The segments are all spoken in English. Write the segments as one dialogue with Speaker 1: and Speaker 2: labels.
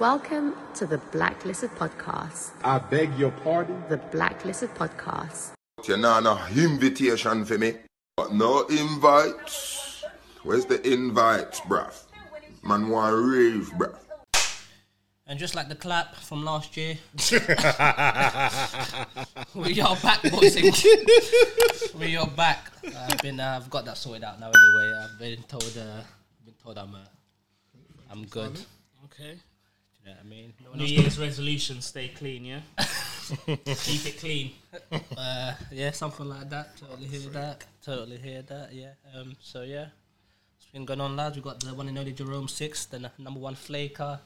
Speaker 1: Welcome to the Blacklisted Podcast.
Speaker 2: I beg your pardon.
Speaker 1: The Blacklisted Podcast.
Speaker 3: You know, no invitation for me. But no invites. Where's the invites, bruv? Man, want rave, bruv.
Speaker 4: And just like the clap from last year, we are back, boxing. we are back. I've been, uh, I've got that sorted out now. Anyway, I've been told, uh, been told I'm, uh, I'm good. Do
Speaker 5: Okay.
Speaker 4: you know what I mean? No one
Speaker 5: New
Speaker 4: else-
Speaker 5: Year's resolution: stay clean. Yeah. Keep it clean.
Speaker 4: Uh, yeah, something like that. Totally hear that. Totally hear that. Yeah. Um. So yeah, it's been going on, lads. We got the one and only Jerome Six, the n- number one flaker.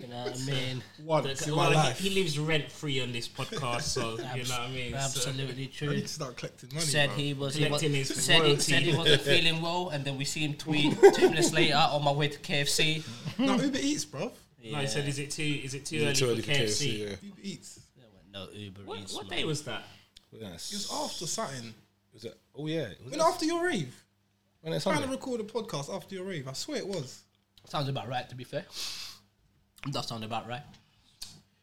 Speaker 4: You know what I mean?
Speaker 2: One,
Speaker 5: Look,
Speaker 2: it's in my
Speaker 5: well,
Speaker 2: life.
Speaker 5: he, he lives rent free on this podcast, so you know what I mean. So-
Speaker 4: Absolutely
Speaker 2: I
Speaker 4: true.
Speaker 2: need to start collecting money.
Speaker 4: said
Speaker 2: bro.
Speaker 4: he was, he was
Speaker 5: Collecting his
Speaker 4: said, he,
Speaker 5: royalty.
Speaker 4: said he wasn't feeling well, and then we see him tweet two minutes later on my way to KFC.
Speaker 2: No, Uber Eats, bro.
Speaker 5: No, he said, "Is it too? Is it too early
Speaker 6: too early
Speaker 5: for KFC?"
Speaker 6: yeah.
Speaker 2: Uber Eats. It
Speaker 4: No Uber
Speaker 5: What,
Speaker 4: Eats.
Speaker 5: what
Speaker 4: man.
Speaker 5: day was that?
Speaker 6: Yes.
Speaker 2: was after something.
Speaker 6: Was it- oh yeah. Was
Speaker 2: When after your rave.
Speaker 6: when it's
Speaker 2: Trying to
Speaker 6: Sunday?
Speaker 2: record a podcast after your rave. I swear it was.
Speaker 4: Sounds about right, to be fair. That sounds about right.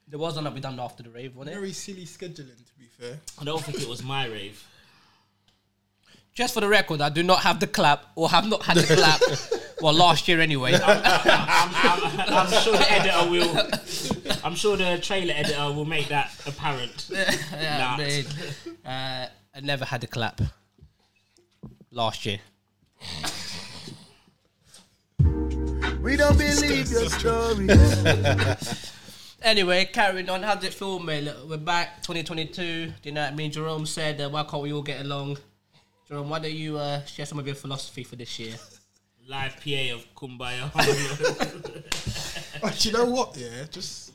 Speaker 4: There was one that we done after the rave, wasn't it?
Speaker 2: Very silly scheduling, to be fair.
Speaker 5: I don't think it was my rave.
Speaker 4: Just for the record, I do not have the clap, or have not had the clap. well, last year anyway.
Speaker 5: I'm, I'm sure the editor will. I'm sure the trailer editor will make that apparent.
Speaker 4: I
Speaker 5: Nah.
Speaker 4: mean, uh, I never had the clap last year.
Speaker 3: We don't believe your story.
Speaker 4: Anyway, carrying on. How does it feel, mate? Look, we're back, 2022. Do you know what I mean? Jerome said, uh, "Why can't we all get along?" Jerome, why don't you uh, share some of your philosophy for this year?
Speaker 5: Live PA of Kumbaya.
Speaker 2: But you know what? Yeah, just.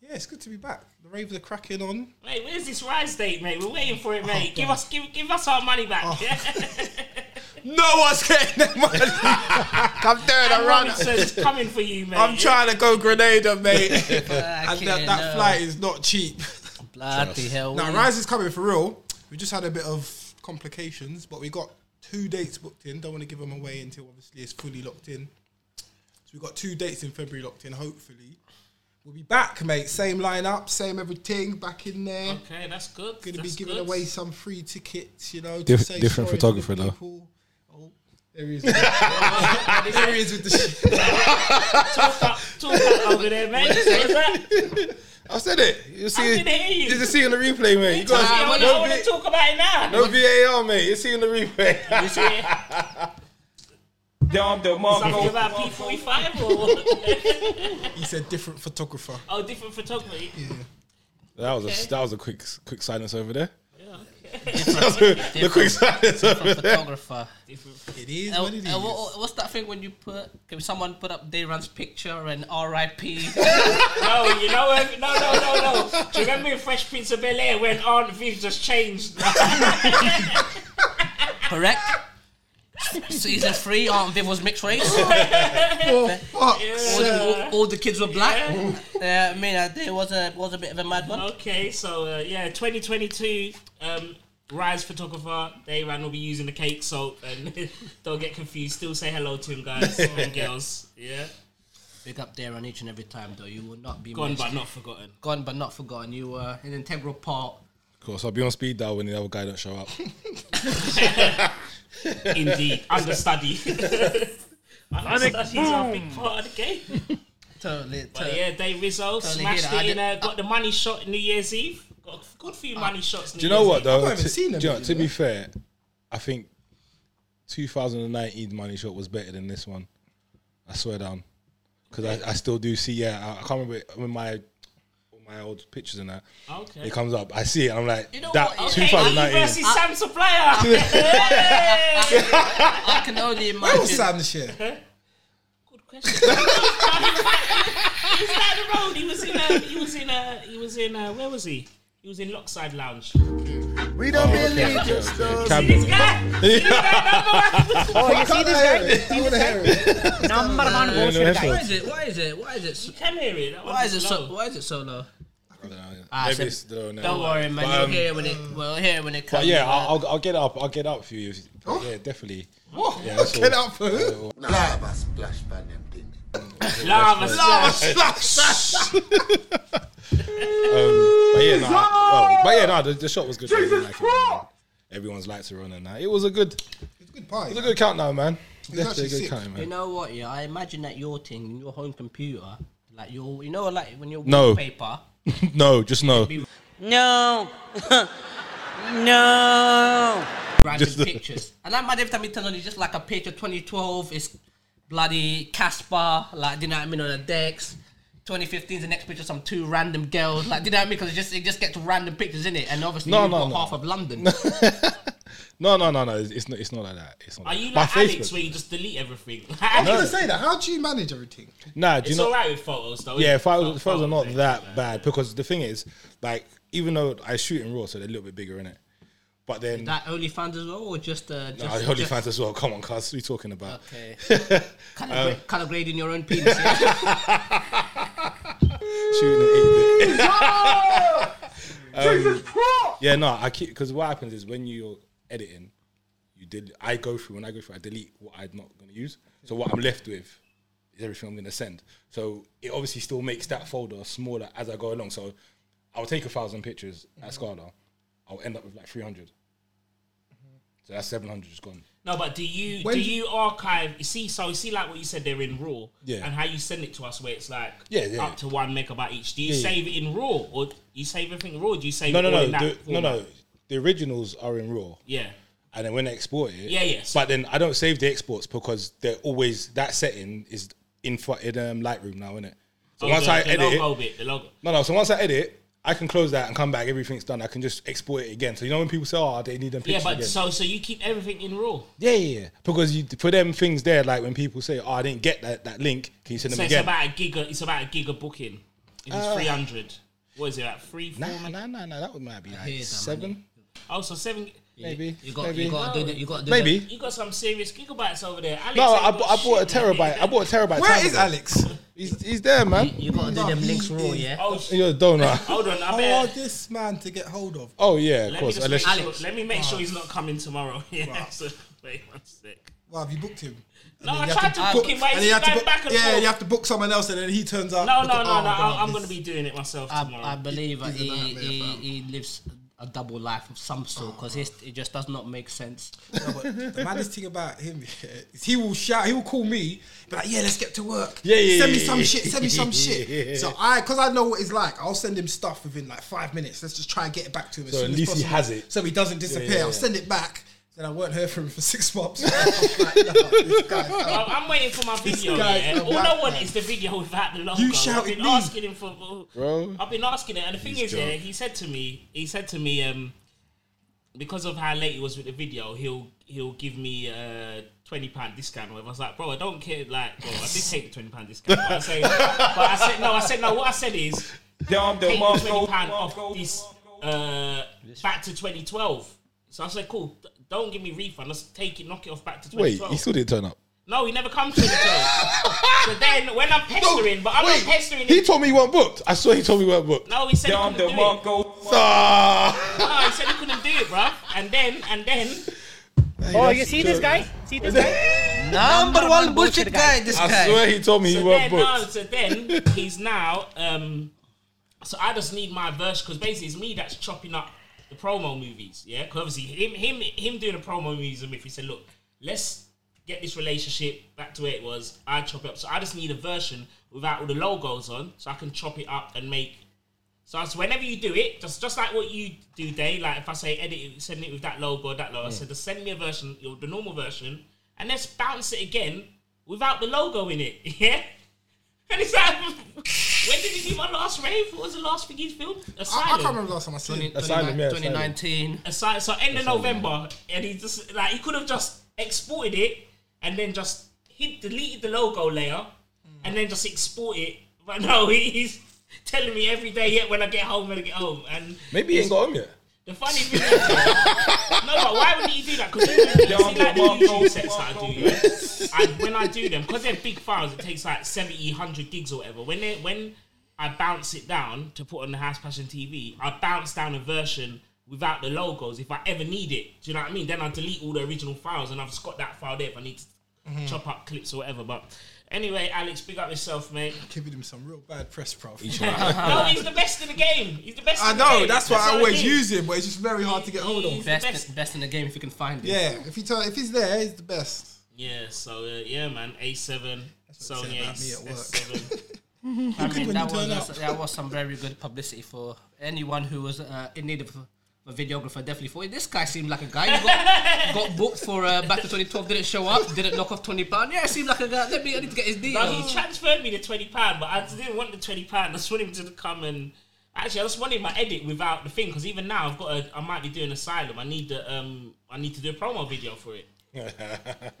Speaker 2: Yeah, it's good to be back. The raves are cracking on.
Speaker 5: mate, where's this rise date, mate? We're waiting for it, mate. give us, give, give us our money back.
Speaker 6: No one's getting that money.
Speaker 3: Come turn
Speaker 5: Sam Robinson's coming for you, mate.
Speaker 2: I'm trying to go Grenada, mate. and
Speaker 4: Uh,
Speaker 2: that,
Speaker 4: Fucking
Speaker 2: that
Speaker 4: hell.
Speaker 2: flight is not cheap.
Speaker 4: Bloody hell!
Speaker 5: Oh.
Speaker 2: Now, Rise is coming for real. We just had a bit of complications, but we got two dates booked in. Don't want to give them away until obviously it's fully locked in. So we got two dates in February locked in, hopefully. We'll be back, mate. Same lineup, same everything, back in there.
Speaker 5: Okay, that's good.
Speaker 2: Gonna
Speaker 5: that's
Speaker 2: be giving
Speaker 5: good.
Speaker 2: away some free tickets, you know. to
Speaker 6: Diff-
Speaker 2: say
Speaker 6: different
Speaker 2: sorry to the
Speaker 6: photographer, though.
Speaker 2: people. Oh, there he is. there he is with the shit.
Speaker 5: Talk up, talk up over there, mate. What's that?
Speaker 6: I said it. You see,
Speaker 5: didn't hear you.
Speaker 6: you just see on the replay, mate. You
Speaker 5: Talk-
Speaker 6: got
Speaker 5: I
Speaker 6: no,
Speaker 5: want to
Speaker 6: v-
Speaker 5: talk about it now.
Speaker 6: no VAR, mate. You see on the replay.
Speaker 5: You see, something about P forty five or what?
Speaker 2: He said different photographer.
Speaker 5: oh, different photography.
Speaker 6: that was a that was a quick quick silence over there. the quick silence over there.
Speaker 4: photographer.
Speaker 2: It is
Speaker 5: Oh,
Speaker 4: Uh,
Speaker 2: what it is.
Speaker 4: uh, what- what's that thing when you put? Can someone put up Dayran's picture and R.I.P.
Speaker 5: No, you know what? No, no, no, no. Do you remember in Fresh Prince of Bel Air when Aunt Viv just changed?
Speaker 4: correct? Season three, Aunt Viv was mixed race.
Speaker 2: Oh, fuck.
Speaker 4: all, the, all, all the kids were black. Yeah, I mean, uh, there was a was a bit of a mad one.
Speaker 5: okay, so uh, yeah, 2022. Um, Rise photographer, Dayran will be using the cake soap, and don't get confused. Still say hello to him, guys and girls. Yeah,
Speaker 4: Big up there on each and every time, though. You will not be
Speaker 5: gone
Speaker 4: missed.
Speaker 5: but not forgotten.
Speaker 4: gone but not forgotten. You were an integral part.
Speaker 6: Of course, I'll be on speed dial when the other guy don't show up.
Speaker 5: Indeed, understudy. Understudy's a big part of the game.
Speaker 4: Totally,
Speaker 5: But yeah, Dave Rizzo
Speaker 4: Totally hear
Speaker 5: smashed
Speaker 4: that. I
Speaker 5: it in.
Speaker 4: did-
Speaker 5: Uh, got the money shot New Year's Eve. Got a good few money shots.
Speaker 6: Do you know what though?
Speaker 2: I haven't
Speaker 6: To-
Speaker 2: seen them,
Speaker 6: do you know,
Speaker 2: you
Speaker 6: to
Speaker 2: know.
Speaker 6: be fair, I think 2019 money shot was better than this one. I swear down, because I, I still do see. Yeah, I, I can't remember it- when my my old pictures and that.
Speaker 5: Okay.
Speaker 6: It comes up. I see it. I'm like
Speaker 4: You know
Speaker 6: that.
Speaker 4: what?
Speaker 5: Okay, Ali
Speaker 6: 2019.
Speaker 5: versus Sam Supplier. Hey!
Speaker 4: I can only
Speaker 2: Where
Speaker 4: imagine.
Speaker 2: was Sam this year?
Speaker 5: good question. He's down the road. He was in. A, he was in. A, he was in. A, where was he? He was in Lockside Lounge. See
Speaker 3: We don't
Speaker 6: Oh, okay,
Speaker 3: believe
Speaker 6: okay,
Speaker 3: your
Speaker 6: okay.
Speaker 3: story.
Speaker 5: this
Speaker 6: Camden.
Speaker 5: guy? See this guy number one?
Speaker 2: Oh, you see this guy? I want to hear it.
Speaker 7: Number one
Speaker 6: Yeah, no
Speaker 7: bullshit
Speaker 6: headphones.
Speaker 7: guy.
Speaker 4: uh, Why is it? Why is it? Why is it? So,
Speaker 5: You can hear it. eh? That
Speaker 4: why is
Speaker 5: one's
Speaker 4: it so?
Speaker 5: low.
Speaker 4: Why is it so low?
Speaker 6: I don't know.
Speaker 4: Ah, so-
Speaker 6: uh, Maybe it's low now.
Speaker 4: Don't worry, man.
Speaker 6: But,
Speaker 4: you'll
Speaker 6: um,
Speaker 4: hear it when it. Well, hear it when it comes.
Speaker 6: But yeah,
Speaker 4: man.
Speaker 6: I'll, I'll, I'll get up. I'll get up for you. Yeah, definitely.
Speaker 2: What?
Speaker 6: Yeah, that's
Speaker 2: Get
Speaker 6: all.
Speaker 2: out for who?
Speaker 3: Nah, I have a splash by them thing.
Speaker 5: Lava
Speaker 2: Lava
Speaker 5: splash.
Speaker 2: slash.
Speaker 6: But yeah, nah, well, but yeah, nah, the, the shot was good. I really like it. Everyone's lights are on and that. It was a good, it
Speaker 2: It's a good pie.
Speaker 6: was a good count now, man. Definitely a
Speaker 2: actually
Speaker 6: good
Speaker 2: sick.
Speaker 6: count,
Speaker 4: You
Speaker 6: man.
Speaker 4: know what? Yeah, I imagine that your thing, in your home computer, like your, you know, like when your
Speaker 6: No.
Speaker 4: wallpaper.
Speaker 6: no, just no.
Speaker 7: No. no.
Speaker 4: random
Speaker 6: Just the-
Speaker 4: pictures. And I might every time you turn on, it's just like a picture 2012 is bloody Casper, like, do you know what I mean, on the decks. 2015 is the next picture, some two random girls, like, do you know what I mean? Because it just, it just gets random pictures in it. And obviously,
Speaker 6: No,
Speaker 4: you've
Speaker 6: no,
Speaker 4: got
Speaker 6: no.
Speaker 4: half of London.
Speaker 6: No, no, no, no. It's, it's not. It's not like that. It's not.
Speaker 5: Are you
Speaker 6: My
Speaker 5: like Alex
Speaker 6: Facebook.
Speaker 5: where you just delete everything?
Speaker 2: I was gonna say that. How do you manage everything?
Speaker 6: Nah, do you
Speaker 5: It's
Speaker 6: know?
Speaker 5: alright with photos though. isn't
Speaker 6: Yeah, if I
Speaker 5: it?
Speaker 6: was, if I was
Speaker 5: Photos
Speaker 6: not
Speaker 5: ain't
Speaker 6: that bad, because the thing is, like, even though I shoot in raw, so they're a little bit bigger in it, but then
Speaker 4: that OnlyFans as well, or just. Uh, just
Speaker 6: nah, the holy
Speaker 4: just-
Speaker 6: fans as well. Come on, cuz, what are you talking about?
Speaker 4: Okay. color,
Speaker 6: Um,
Speaker 4: gra- color grading your own penis. Yeah?
Speaker 6: Shooting in eight bit. um, yeah, no, I keep because what happens is when you're editing, you did. I go through when I go through, I delete what I'm not going to use. So what I'm left with is everything I'm going to send. So it obviously still makes that folder smaller as I go along. So I'll take a thousand pictures
Speaker 5: Mm-hmm.
Speaker 6: at Scala. I'll end up with like 300. So that's 700 just gone.
Speaker 5: No, but do you
Speaker 2: When
Speaker 5: do
Speaker 2: do-
Speaker 5: you archive? You see, so you see, like what you said, they're in raw,
Speaker 6: Yeah.
Speaker 5: and how you send it to us, where it's like
Speaker 6: Yeah, yeah.
Speaker 5: up to one megabyte each. Do you
Speaker 6: Yeah, yeah.
Speaker 5: save it in raw, or you save everything raw? Do you save
Speaker 6: No,
Speaker 5: it
Speaker 6: no,
Speaker 5: all
Speaker 6: no,
Speaker 5: in that
Speaker 6: the, no,
Speaker 5: format?
Speaker 6: no. The originals are in RAW.
Speaker 5: Yeah,
Speaker 6: and then when I export it,
Speaker 5: Yeah, yes.
Speaker 6: But then I don't save the exports because they're always that setting is in fr- in um, Lightroom now, isn't it? So
Speaker 5: Oh,
Speaker 6: once
Speaker 5: the,
Speaker 6: I
Speaker 5: the
Speaker 6: edit,
Speaker 5: logo bit, the logo.
Speaker 6: no, no. So once I edit, I can close that and come back. Everything's done. I can just export it again. So you know when people say, "Oh, they need them
Speaker 5: Yeah,
Speaker 6: pictures
Speaker 5: but
Speaker 6: again."
Speaker 5: so so you keep everything in raw.
Speaker 6: yeah, yeah, yeah. Because you for them things there, like when people say, "Oh, I didn't get that, that link," can you send them
Speaker 5: So it's
Speaker 6: again?
Speaker 5: about a giga. It's about a giga booking. It was three hundred. What is it at three? Four,
Speaker 6: Uh, Nah, nah, nah, nah. That would might be like
Speaker 4: hear that,
Speaker 6: seven,
Speaker 5: oh, so seven.
Speaker 6: maybe.
Speaker 4: You got,
Speaker 6: maybe.
Speaker 4: you got to do that. You got to do
Speaker 6: maybe.
Speaker 5: You got some serious gigabytes over there. Alex
Speaker 6: No,
Speaker 5: ain't
Speaker 6: I,
Speaker 5: got
Speaker 6: bought- I bought a
Speaker 5: shit, man.
Speaker 6: terabyte. I bought a terabyte.
Speaker 2: Where
Speaker 6: time
Speaker 2: is
Speaker 6: ago.
Speaker 2: Alex?
Speaker 6: He's, he's there, man.
Speaker 4: You got to do them links raw, yeah.
Speaker 5: Oh, shit.
Speaker 6: You're a donor.
Speaker 5: hold on. I
Speaker 2: How
Speaker 5: bet.
Speaker 2: hard Oh, this man to get hold of?
Speaker 6: Oh yeah, of
Speaker 5: Let
Speaker 6: course.
Speaker 5: me, just
Speaker 6: Unless-
Speaker 5: make
Speaker 4: Alex.
Speaker 5: sure, let me make sure he's not coming tomorrow. Yeah. So, wait one sec.
Speaker 2: Wow, have you booked him? And
Speaker 5: No,
Speaker 2: then
Speaker 5: I
Speaker 2: you have
Speaker 5: tried to book him, but he's
Speaker 2: and then you have to
Speaker 5: going
Speaker 2: book-
Speaker 5: back and
Speaker 2: yeah,
Speaker 5: forth.
Speaker 2: you have to book someone else, and then he turns up.
Speaker 5: No,
Speaker 2: with
Speaker 5: no,
Speaker 2: the-
Speaker 5: no,
Speaker 2: oh,
Speaker 5: no.
Speaker 2: God,
Speaker 5: I, I'm
Speaker 2: this-
Speaker 5: going to be doing it myself tomorrow.
Speaker 4: I, I believe that
Speaker 2: He's a
Speaker 4: he,
Speaker 2: nightmare,
Speaker 4: he,
Speaker 2: fam.
Speaker 4: he lives a double life of some sort because it just does not make sense.
Speaker 2: No, but the maddest thing about him yeah, is he will shout, he will call me, be like, "Yeah, let's get to work.
Speaker 6: Yeah, yeah,
Speaker 2: send me
Speaker 6: yeah,
Speaker 2: some
Speaker 6: yeah,
Speaker 2: shit. Send me some
Speaker 6: yeah,
Speaker 2: shit."
Speaker 6: yeah.
Speaker 2: So I, because I know what he's like, I'll send him stuff within like five minutes. Let's just try and get it back to him as
Speaker 6: So
Speaker 2: soon
Speaker 6: at
Speaker 2: as
Speaker 6: least he
Speaker 2: possible,
Speaker 6: has it.
Speaker 2: so he doesn't disappear.
Speaker 6: yeah,
Speaker 2: I'll
Speaker 6: yeah.
Speaker 2: send it back. Then I won't hear from him for six months. I'm like, "No, this guy's out."
Speaker 5: Oh, I'm waiting for my video.
Speaker 2: guy's
Speaker 5: Yeah.
Speaker 2: a
Speaker 5: All I
Speaker 2: black
Speaker 5: want
Speaker 2: man.
Speaker 5: is the video without the logo.
Speaker 2: You
Speaker 5: I've
Speaker 2: shouted
Speaker 5: been
Speaker 2: me.
Speaker 5: asking him for.
Speaker 6: Bro.
Speaker 5: I've been asking it, and the thing
Speaker 6: He's
Speaker 5: is, yeah,
Speaker 6: drunk.
Speaker 5: he said to me, he said to me, um, because of how late he was with the video, he'll he'll give me a twenty pound discount or whatever. I was like, bro, I don't care. Like, bro, I did take the twenty pound discount. But I, say, but I said no. I said no. What I said is, take the twenty pound off this uh, back to 2012. So I said, cool. d- Don't give me refund. Let's take it, knock it off back to
Speaker 6: Wait,
Speaker 5: 2012.
Speaker 6: he still didn't turn up.
Speaker 5: no, he never comes to the show. so then when I'm pestering, but I'm
Speaker 6: Wait,
Speaker 5: not pestering
Speaker 6: He
Speaker 5: him.
Speaker 6: told me he weren't booked. I swear he told me he weren't booked.
Speaker 5: No, he said he couldn't do it. No,
Speaker 6: Ah.
Speaker 5: he said he couldn't do it, bro. And then, and then,
Speaker 8: Oh, you see this guy? See this guy?
Speaker 7: Number one bullshit guy, this
Speaker 6: I
Speaker 7: guy.
Speaker 6: swear he told me he
Speaker 5: so
Speaker 6: weren't
Speaker 5: then, no,
Speaker 6: booked.
Speaker 5: so then he's now. Um, so I just need my verse because basically it's me that's chopping up the promo movies. Yeah, because obviously him, him, him doing the promo movies. If he said, look, let's get this relationship back to where it was. I chop it up. So I just need a version without all the logos on, so I can chop it up and make. So I- so whenever you do it, just just like what you do, day. Like if I say edit it, send it with that logo, or that logo. I said just send me a version, you know, the normal version, and let's bounce it again without the logo in it. Yeah. And it's like, when did he do my last rave? What was the last thing he filmed?
Speaker 2: I, I
Speaker 5: Asylum.
Speaker 2: can't remember the last time I seen him.
Speaker 4: 2019.
Speaker 6: Asylum, yeah, asylum.
Speaker 4: 2019.
Speaker 5: Asylum. So end of November, and he just like he could have just exported it and then just he deleted the logo layer and then just export it. But no, he, he's telling me every day. Yet when I get home, when I get home, and
Speaker 6: Maybe he ain't got him yet.
Speaker 5: the funny thing is, no, but why would he do that? Because see, like the YouTube sets that I do, yeah? I, when I do them, because they're big files, it takes like 70, 100 gigs or whatever. When they, when I bounce it down to put on the House Passion TV, I bounce down a version without the logos if I ever need it. Do you know what I
Speaker 2: Mm-hmm.
Speaker 5: mean? Then I delete all the original files and I've just got that file there if I need to chop up clips or whatever. But Anyway, Alex, big up yourself, mate.
Speaker 2: Giving him some real bad press, bro.
Speaker 5: no, he's the best in the game. He's the best.
Speaker 2: I
Speaker 5: in the
Speaker 2: know
Speaker 5: game.
Speaker 2: that's why I
Speaker 5: what
Speaker 2: always
Speaker 5: mean.
Speaker 2: use him, but it's just very hard to get hold of.
Speaker 5: He's the best.
Speaker 4: Best, best in the game if you can find it.
Speaker 2: Yeah, if he turn, if he's there, he's the best.
Speaker 5: Yeah. So uh, yeah, man. A seven.
Speaker 2: what they
Speaker 5: Sony
Speaker 2: say about
Speaker 5: S,
Speaker 2: me at work.
Speaker 5: S7.
Speaker 4: I mean,
Speaker 2: when
Speaker 4: that,
Speaker 2: you
Speaker 4: was,
Speaker 2: turn
Speaker 4: uh, that was some very good publicity for anyone who was uh, in need of a videographer. Definitely for this guy seemed like a guy who got, got booked for uh, back to 2012. Didn't show up. Didn't knock off 20 pound. Yeah, seemed like a guy. Let me. I need to get his
Speaker 5: Now,
Speaker 4: details.
Speaker 5: he transferred me the twenty pound, but I didn't want the twenty pound. I just wanted him to come and actually, I just wanted my edit without the thing because even now I've got a, I might be doing Asylum. I need the um, I need to do a promo video for it.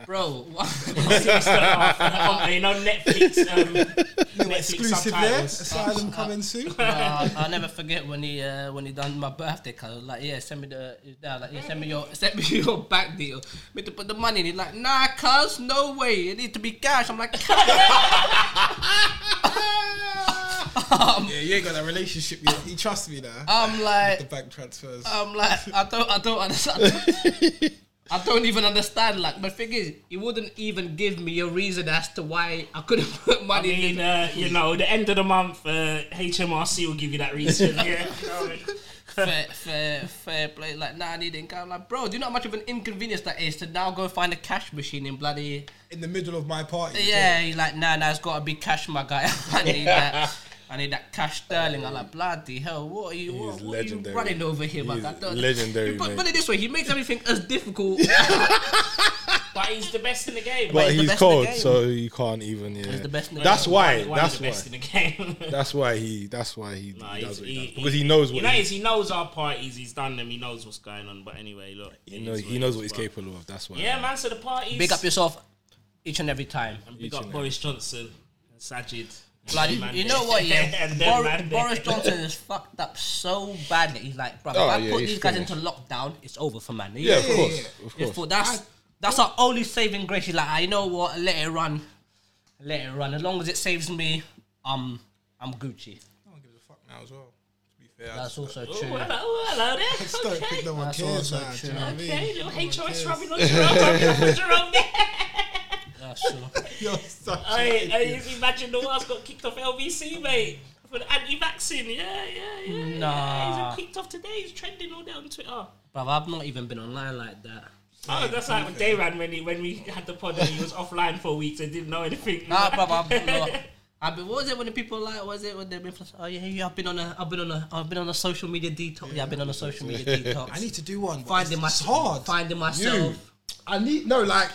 Speaker 4: Bro, what-
Speaker 5: It's not off, you know, Netflix, um, Netflix
Speaker 2: Exclusive there.
Speaker 5: subtitles.
Speaker 2: Asylum coming soon.
Speaker 4: Uh, I'll never forget when he uh, when he done my birthday card. Like, yeah, send me the his dad, like, yeah, send me your send me your back deal. Me to put the money in. He's like, nah, cuz, no way. It needs to be cash. I'm like,
Speaker 2: yeah, you ain't got that relationship yet. He trusts me there.
Speaker 4: I'm
Speaker 2: the
Speaker 4: like, um,
Speaker 2: bank transfers.
Speaker 4: I'm like, I don't, I don't understand. I don't even understand. Like, my thing is, he wouldn't even give me a reason as to why I couldn't put
Speaker 5: I
Speaker 4: money in.
Speaker 5: mean,
Speaker 4: the-
Speaker 5: uh, you know, the end of the month, uh, HMRC will give you that reason. Yeah.
Speaker 4: fair, fair, fair play. Like, nah, I need it. I'm like, bro, do you know how much of an inconvenience that is to now go find a cash machine in bloody
Speaker 2: in the middle of my party.
Speaker 4: Yeah, he's like, nah, nah, it's got to be cash, my guy. I need that. I need that cash sterling. I'm like, bloody hell, what are you, what, what
Speaker 6: is
Speaker 4: are you
Speaker 6: legendary.
Speaker 4: running over here, my
Speaker 6: He
Speaker 4: guy?
Speaker 6: is
Speaker 4: Don't-
Speaker 6: legendary,
Speaker 4: You Put,
Speaker 6: mate.
Speaker 4: put it this way, he makes everything as difficult.
Speaker 5: but he's the best in the game.
Speaker 6: But
Speaker 4: he's the
Speaker 6: he's
Speaker 4: best in the
Speaker 6: cold,
Speaker 4: game.
Speaker 6: so you can't even. Yeah,
Speaker 4: the best in the
Speaker 6: that's
Speaker 4: game.
Speaker 6: why.
Speaker 5: He's one
Speaker 6: That's
Speaker 5: of the best
Speaker 6: why.
Speaker 5: in the game.
Speaker 6: That's why he. That's why he,
Speaker 5: Nah,
Speaker 6: he
Speaker 5: he's-
Speaker 6: does what he,
Speaker 5: he-
Speaker 6: does because he knows
Speaker 5: you
Speaker 6: what
Speaker 5: know,
Speaker 6: he,
Speaker 5: is he knows our parties. He's done them. He knows what's going on. But anyway, look,
Speaker 6: he,
Speaker 5: it
Speaker 6: knows,
Speaker 5: is
Speaker 6: he
Speaker 5: it
Speaker 6: knows
Speaker 5: is,
Speaker 6: what he's
Speaker 5: but-
Speaker 6: capable of. That's why.
Speaker 5: Yeah, man. So the parties.
Speaker 4: Big up yourself each and every time.
Speaker 5: And big up Boris Johnson, and Sajid.
Speaker 4: Bloody,
Speaker 5: Man
Speaker 4: you
Speaker 5: there.
Speaker 4: know what, yeah?
Speaker 5: And them
Speaker 4: Bor-
Speaker 5: man there.
Speaker 4: Boris Johnson is fucked up so badly. He's like, bro,
Speaker 6: Oh,
Speaker 4: if I
Speaker 6: yeah,
Speaker 4: put
Speaker 6: he's
Speaker 4: these guys
Speaker 6: finished.
Speaker 4: into lockdown, it's over for man.
Speaker 6: Yeah, of course, of
Speaker 4: It's
Speaker 6: course.
Speaker 4: for- that's that's our only saving grace. He's like, I know what, let it run, let it run. As long as it saves me, um, I'm Gucci.
Speaker 2: I don't give a fuck now as well. To be fair, I
Speaker 4: That's
Speaker 2: just
Speaker 4: also
Speaker 5: Oh,
Speaker 4: true.
Speaker 5: hello, oh, hello
Speaker 2: just
Speaker 5: there.
Speaker 2: don't
Speaker 5: Okay.
Speaker 2: think no one
Speaker 4: That's
Speaker 2: cares
Speaker 4: also
Speaker 2: now. Do
Speaker 4: true.
Speaker 2: you know what I mean?
Speaker 5: Okay, little
Speaker 6: Oh
Speaker 5: HOS rubbing on Jerome, rubbing on Jerome there.
Speaker 4: That's true.
Speaker 2: You're such a-
Speaker 5: Hey, hey, you imagine the world's got kicked off LBC, mate, for the anti-vaccine. Yeah, yeah, yeah. yeah.
Speaker 4: Nah.
Speaker 5: He's all kicked off today. He's trending all down Twitter. Oh,
Speaker 4: Bruv, I've not even been online like that.
Speaker 5: that's like when they ran when, he, when we had the pod and he was offline for weeks and didn't know anything.
Speaker 4: Nah, bruv, I've been. I've been, what was it when the people like? Was it when they've been? Oh yeah, yeah, I've been on a, I've been on a, I've been on a social media detox. Yeah, I've been on a social media detox.
Speaker 2: I need to do one. but
Speaker 4: finding
Speaker 2: it's, it's
Speaker 4: myself,
Speaker 2: hard.
Speaker 4: finding myself.
Speaker 2: I need no like.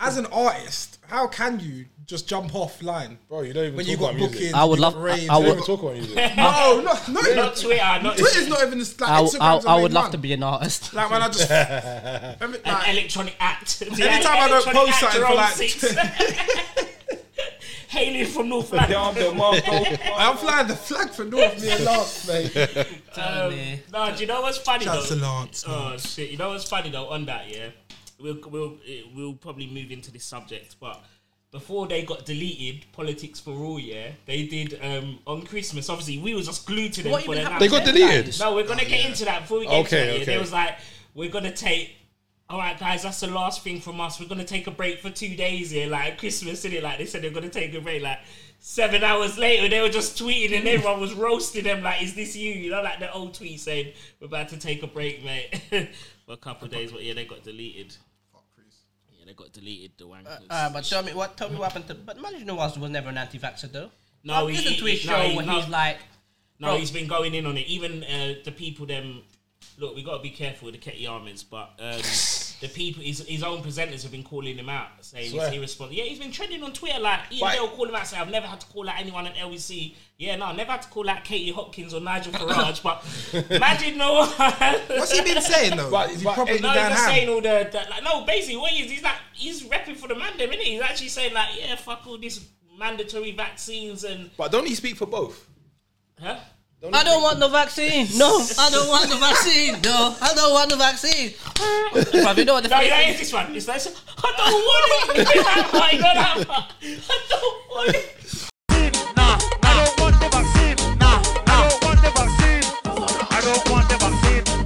Speaker 2: As an artist, how can you just jump offline?
Speaker 6: bro, you don't even
Speaker 2: When
Speaker 6: talk
Speaker 2: you got
Speaker 6: about music.
Speaker 2: bookings,
Speaker 6: You
Speaker 4: I would
Speaker 2: you got
Speaker 4: love- I-
Speaker 2: raves,
Speaker 4: I
Speaker 2: you
Speaker 6: don't
Speaker 4: would-
Speaker 6: even talk about music.
Speaker 2: No, not not even,
Speaker 5: not Twitter, not
Speaker 2: Twitter's not even like
Speaker 4: I,
Speaker 2: Instagram's
Speaker 4: I, I
Speaker 2: the
Speaker 4: would
Speaker 2: main
Speaker 4: love
Speaker 2: one.
Speaker 4: to be an artist.
Speaker 2: Like when I just every,
Speaker 5: an
Speaker 2: like,
Speaker 5: electronic act.
Speaker 2: Every time I don't post something for like-
Speaker 5: hailing from North London.
Speaker 2: I'm flying the flag for North me and Lance, mate.
Speaker 5: Um, no, do you know what's funny
Speaker 2: Shouts
Speaker 5: though?
Speaker 2: to Lance,
Speaker 5: Oh shit! You know what's funny though? On that, yeah, we'll we'll eh, we'll probably move into this subject, but. Before they got deleted, politics for all, yeah, they did um, on Christmas. Obviously, we was just glued to them.
Speaker 4: What
Speaker 5: for
Speaker 4: even
Speaker 5: their
Speaker 4: happened
Speaker 6: They got
Speaker 4: to them
Speaker 6: deleted?
Speaker 4: guys?
Speaker 5: No, we're gonna get into that before we get
Speaker 6: Oh, Okay,
Speaker 5: into that. yeah.
Speaker 6: okay.
Speaker 5: They was like, we're gonna take. All right, guys, that's the last thing from us. We're gonna take a break for two days here, like Christmas, innit? Like they said, they're gonna take a break. Like seven hours later, they were just tweeting, and everyone was roasting them. Like, is this you? You know, like the old tweet saying, "We're about to take a break, mate," for a couple of days. But yeah, they got deleted. Yeah, they got deleted. The wankers.
Speaker 4: Uh, but tell me what tell me what happened to but Managing Nawaz was never an anti vaxxer though.
Speaker 5: No,
Speaker 4: I've
Speaker 5: he-
Speaker 4: listened to his
Speaker 5: he-
Speaker 4: show
Speaker 5: no, he-
Speaker 4: where
Speaker 5: no.
Speaker 4: he's like
Speaker 5: No, he's been going in on it. Even uh, the people, them. Look, we got to be careful with the Ketty Armins, but um, the people, his, his own presenters have been calling him out, saying
Speaker 6: Swear.
Speaker 5: he's irresponsible. Yeah, he's been trending on Twitter like Ian
Speaker 6: Right.
Speaker 5: Dale call him out, saying I've never had to call out anyone at LBC. Yeah, no, I never had to call out Katie Hopkins or Nigel Farage, but imagine no one.
Speaker 2: What's he been saying though?
Speaker 6: But-
Speaker 2: Is he
Speaker 6: but-
Speaker 2: properly
Speaker 5: No, he's
Speaker 2: down
Speaker 5: just
Speaker 2: ham?
Speaker 5: saying all the, the like, no. Basically, what he is he's like he's repping for the man, them, innit? He's actually saying like, yeah, fuck all this mandatory vaccines and
Speaker 6: But don't he speak for both?
Speaker 5: huh?
Speaker 4: I don't want no vaccine. No, I don't want the vaccine. No, I don't want the vaccine. Bruv, you know what the
Speaker 5: No,
Speaker 4: funny
Speaker 5: you know,
Speaker 4: thing
Speaker 5: Oh, it's this one. It's this. I don't want it. I know that one. I don't want it.
Speaker 9: Nah, I don't want the vaccine. Nah, I don't want the vaccine. I don't want the vaccine.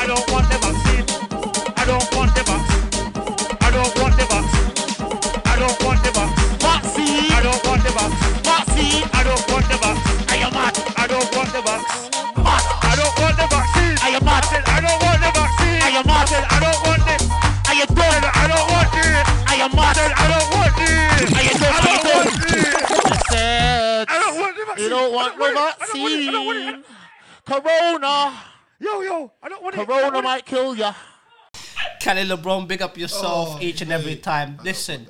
Speaker 9: I don't want the vaccine. I don't want the vaccine. I don't want the vaccine. I don't want the vaccine.
Speaker 10: You don't want no vaccine.
Speaker 9: I don't want it.
Speaker 10: Corona.
Speaker 9: Yo, yo, I don't want it. I
Speaker 10: Corona
Speaker 9: don't want
Speaker 10: might kill ya.
Speaker 4: Kelly LeBron, big up yourself each and every time. Listen,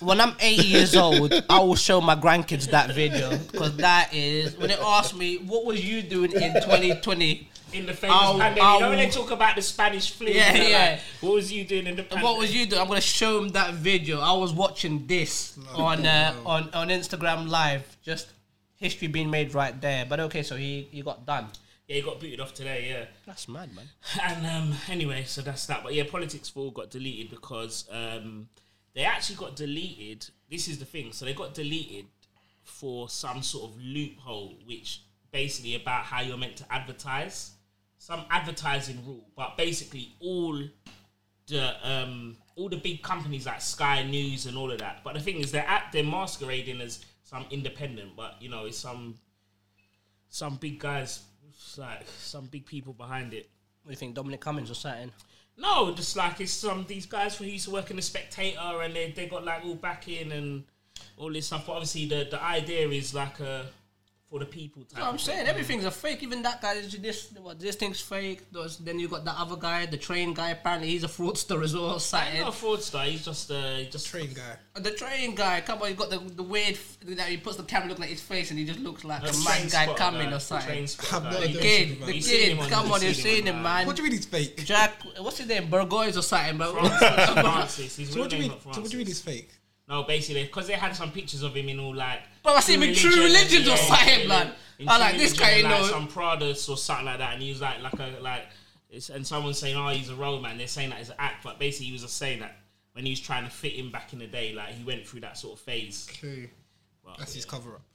Speaker 4: when I'm 80 years old, I will show my grandkids that video because that is when they ask me what was you doing in 2020.
Speaker 5: in the famous
Speaker 4: Ow,
Speaker 5: pandemic. You know when
Speaker 4: ow.
Speaker 5: they talk about the Spanish flu?
Speaker 4: Yeah,
Speaker 5: they're
Speaker 4: yeah.
Speaker 5: like, what was you doing in the pandemic?
Speaker 4: What was you doing? I'm gonna show them that video. I was watching this on uh, on on Instagram Live. Just history being made right there. But okay, so he he got done.
Speaker 5: Yeah, he got booted off today. Yeah.
Speaker 4: That's mad, man.
Speaker 5: And um, anyway, so that's that. But yeah, Politics Four got deleted because um, they actually got deleted. This is the thing. So they got deleted for some sort of loophole, which basically about how you're meant to advertise, some advertising rule. But basically, all the um, all the big companies like Sky News and all of that. But the thing is, they're at, they're masquerading as some independent, but you know, it's some some big guys, like some big people behind it.
Speaker 4: What do you think, Dominic Cummings or something?
Speaker 5: No, just like it's some these guys who used to work in the Spectator and they they got like all back in and all this stuff. But obviously the the idea is like a for the people type.
Speaker 4: That's what I'm
Speaker 5: of
Speaker 4: saying.
Speaker 5: thing.
Speaker 4: Everything's a fake. Even that guy, is this what this thing's fake. Those, then you got the other guy, the train guy. Apparently, he's a fraudster as well.
Speaker 5: He's
Speaker 4: Cited.
Speaker 5: not a fraudster. He's just uh he's just
Speaker 2: Train guy.
Speaker 4: The train guy, come on, you got the, the weird f- that he puts the camera look like his face and he just looks like a
Speaker 5: a train
Speaker 4: mad guy
Speaker 5: spotter,
Speaker 4: coming
Speaker 5: man.
Speaker 4: or
Speaker 5: Train
Speaker 4: something.
Speaker 5: spotter.
Speaker 2: I've not
Speaker 5: He-
Speaker 2: heard
Speaker 4: The
Speaker 2: of
Speaker 5: he-
Speaker 4: kid, the
Speaker 5: You've seen
Speaker 4: kid,
Speaker 5: him on-
Speaker 4: come
Speaker 5: you've
Speaker 4: on, you've
Speaker 5: seen him
Speaker 4: seen him,
Speaker 5: on,
Speaker 4: man.
Speaker 2: What do you mean he's fake?
Speaker 4: Jack, what's his name? Burgoyes or something, bro.
Speaker 5: Francis. His
Speaker 2: So
Speaker 5: real
Speaker 2: what do you
Speaker 5: name
Speaker 2: mean?
Speaker 5: not
Speaker 2: So what do you mean he's
Speaker 5: Francis.
Speaker 2: fake?
Speaker 5: No, basically because they had some pictures of him in all like.
Speaker 4: Bro, I see him in True Religion or
Speaker 5: yeah,
Speaker 4: something,
Speaker 5: in-
Speaker 4: blood.
Speaker 5: in
Speaker 4: I
Speaker 5: True
Speaker 4: like this
Speaker 5: Religion
Speaker 4: guy,
Speaker 5: and,
Speaker 4: you
Speaker 5: like,
Speaker 4: know.
Speaker 5: Some Pradas or something like that, and he was like like a like. It's, and someone's saying, "Oh, he's a role man." They're saying that it's an act, but basically he was just saying that when he was trying to fit in back in the day, like he went through that sort of phase.
Speaker 2: Okay,
Speaker 5: But,
Speaker 2: that's his
Speaker 5: yeah.
Speaker 2: cover up.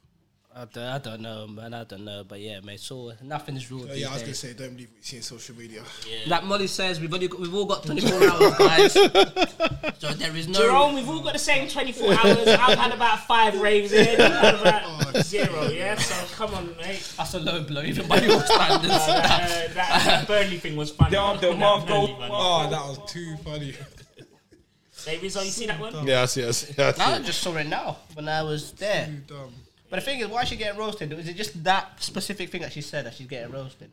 Speaker 4: I don't, I don't know, man. I don't know, but yeah, mate. So nothing's real.
Speaker 2: Oh,
Speaker 4: these
Speaker 2: yeah, I was gonna
Speaker 4: days.
Speaker 2: say, don't believe what you see in social media.
Speaker 4: Like Molly says, we've only got, we've all got 24 hours, guys. So there is no.
Speaker 5: Jerome, we've all got the same 24 hours. I've had about five raves in, you've had about zero. Yeah, so come on, mate.
Speaker 4: That's a low blow, even by your standards.
Speaker 5: Uh, that, that Burnley thing was funny.
Speaker 6: Down the
Speaker 5: That
Speaker 6: month,
Speaker 5: Burnley
Speaker 6: go-
Speaker 5: one.
Speaker 2: Oh, that was too funny.
Speaker 5: Dave Rizzo, you see that one?
Speaker 6: Yeah, I see. I see. I
Speaker 4: I
Speaker 6: see.
Speaker 4: just saw it now when I was there.
Speaker 2: Too dumb.
Speaker 4: But the thing is, why is she getting roasted? Is it just that specific thing that she said that she's getting roasted?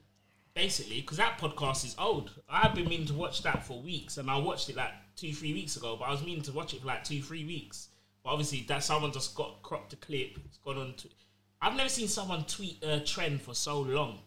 Speaker 5: basically because that podcast is old. I've been meaning to watch that for weeks, and I watched it like two, three weeks ago. But I was meaning to watch it for like two, three weeks. But obviously, that someone just got cropped a clip. It's gone on. To, I've never seen someone tweet a trend for so long.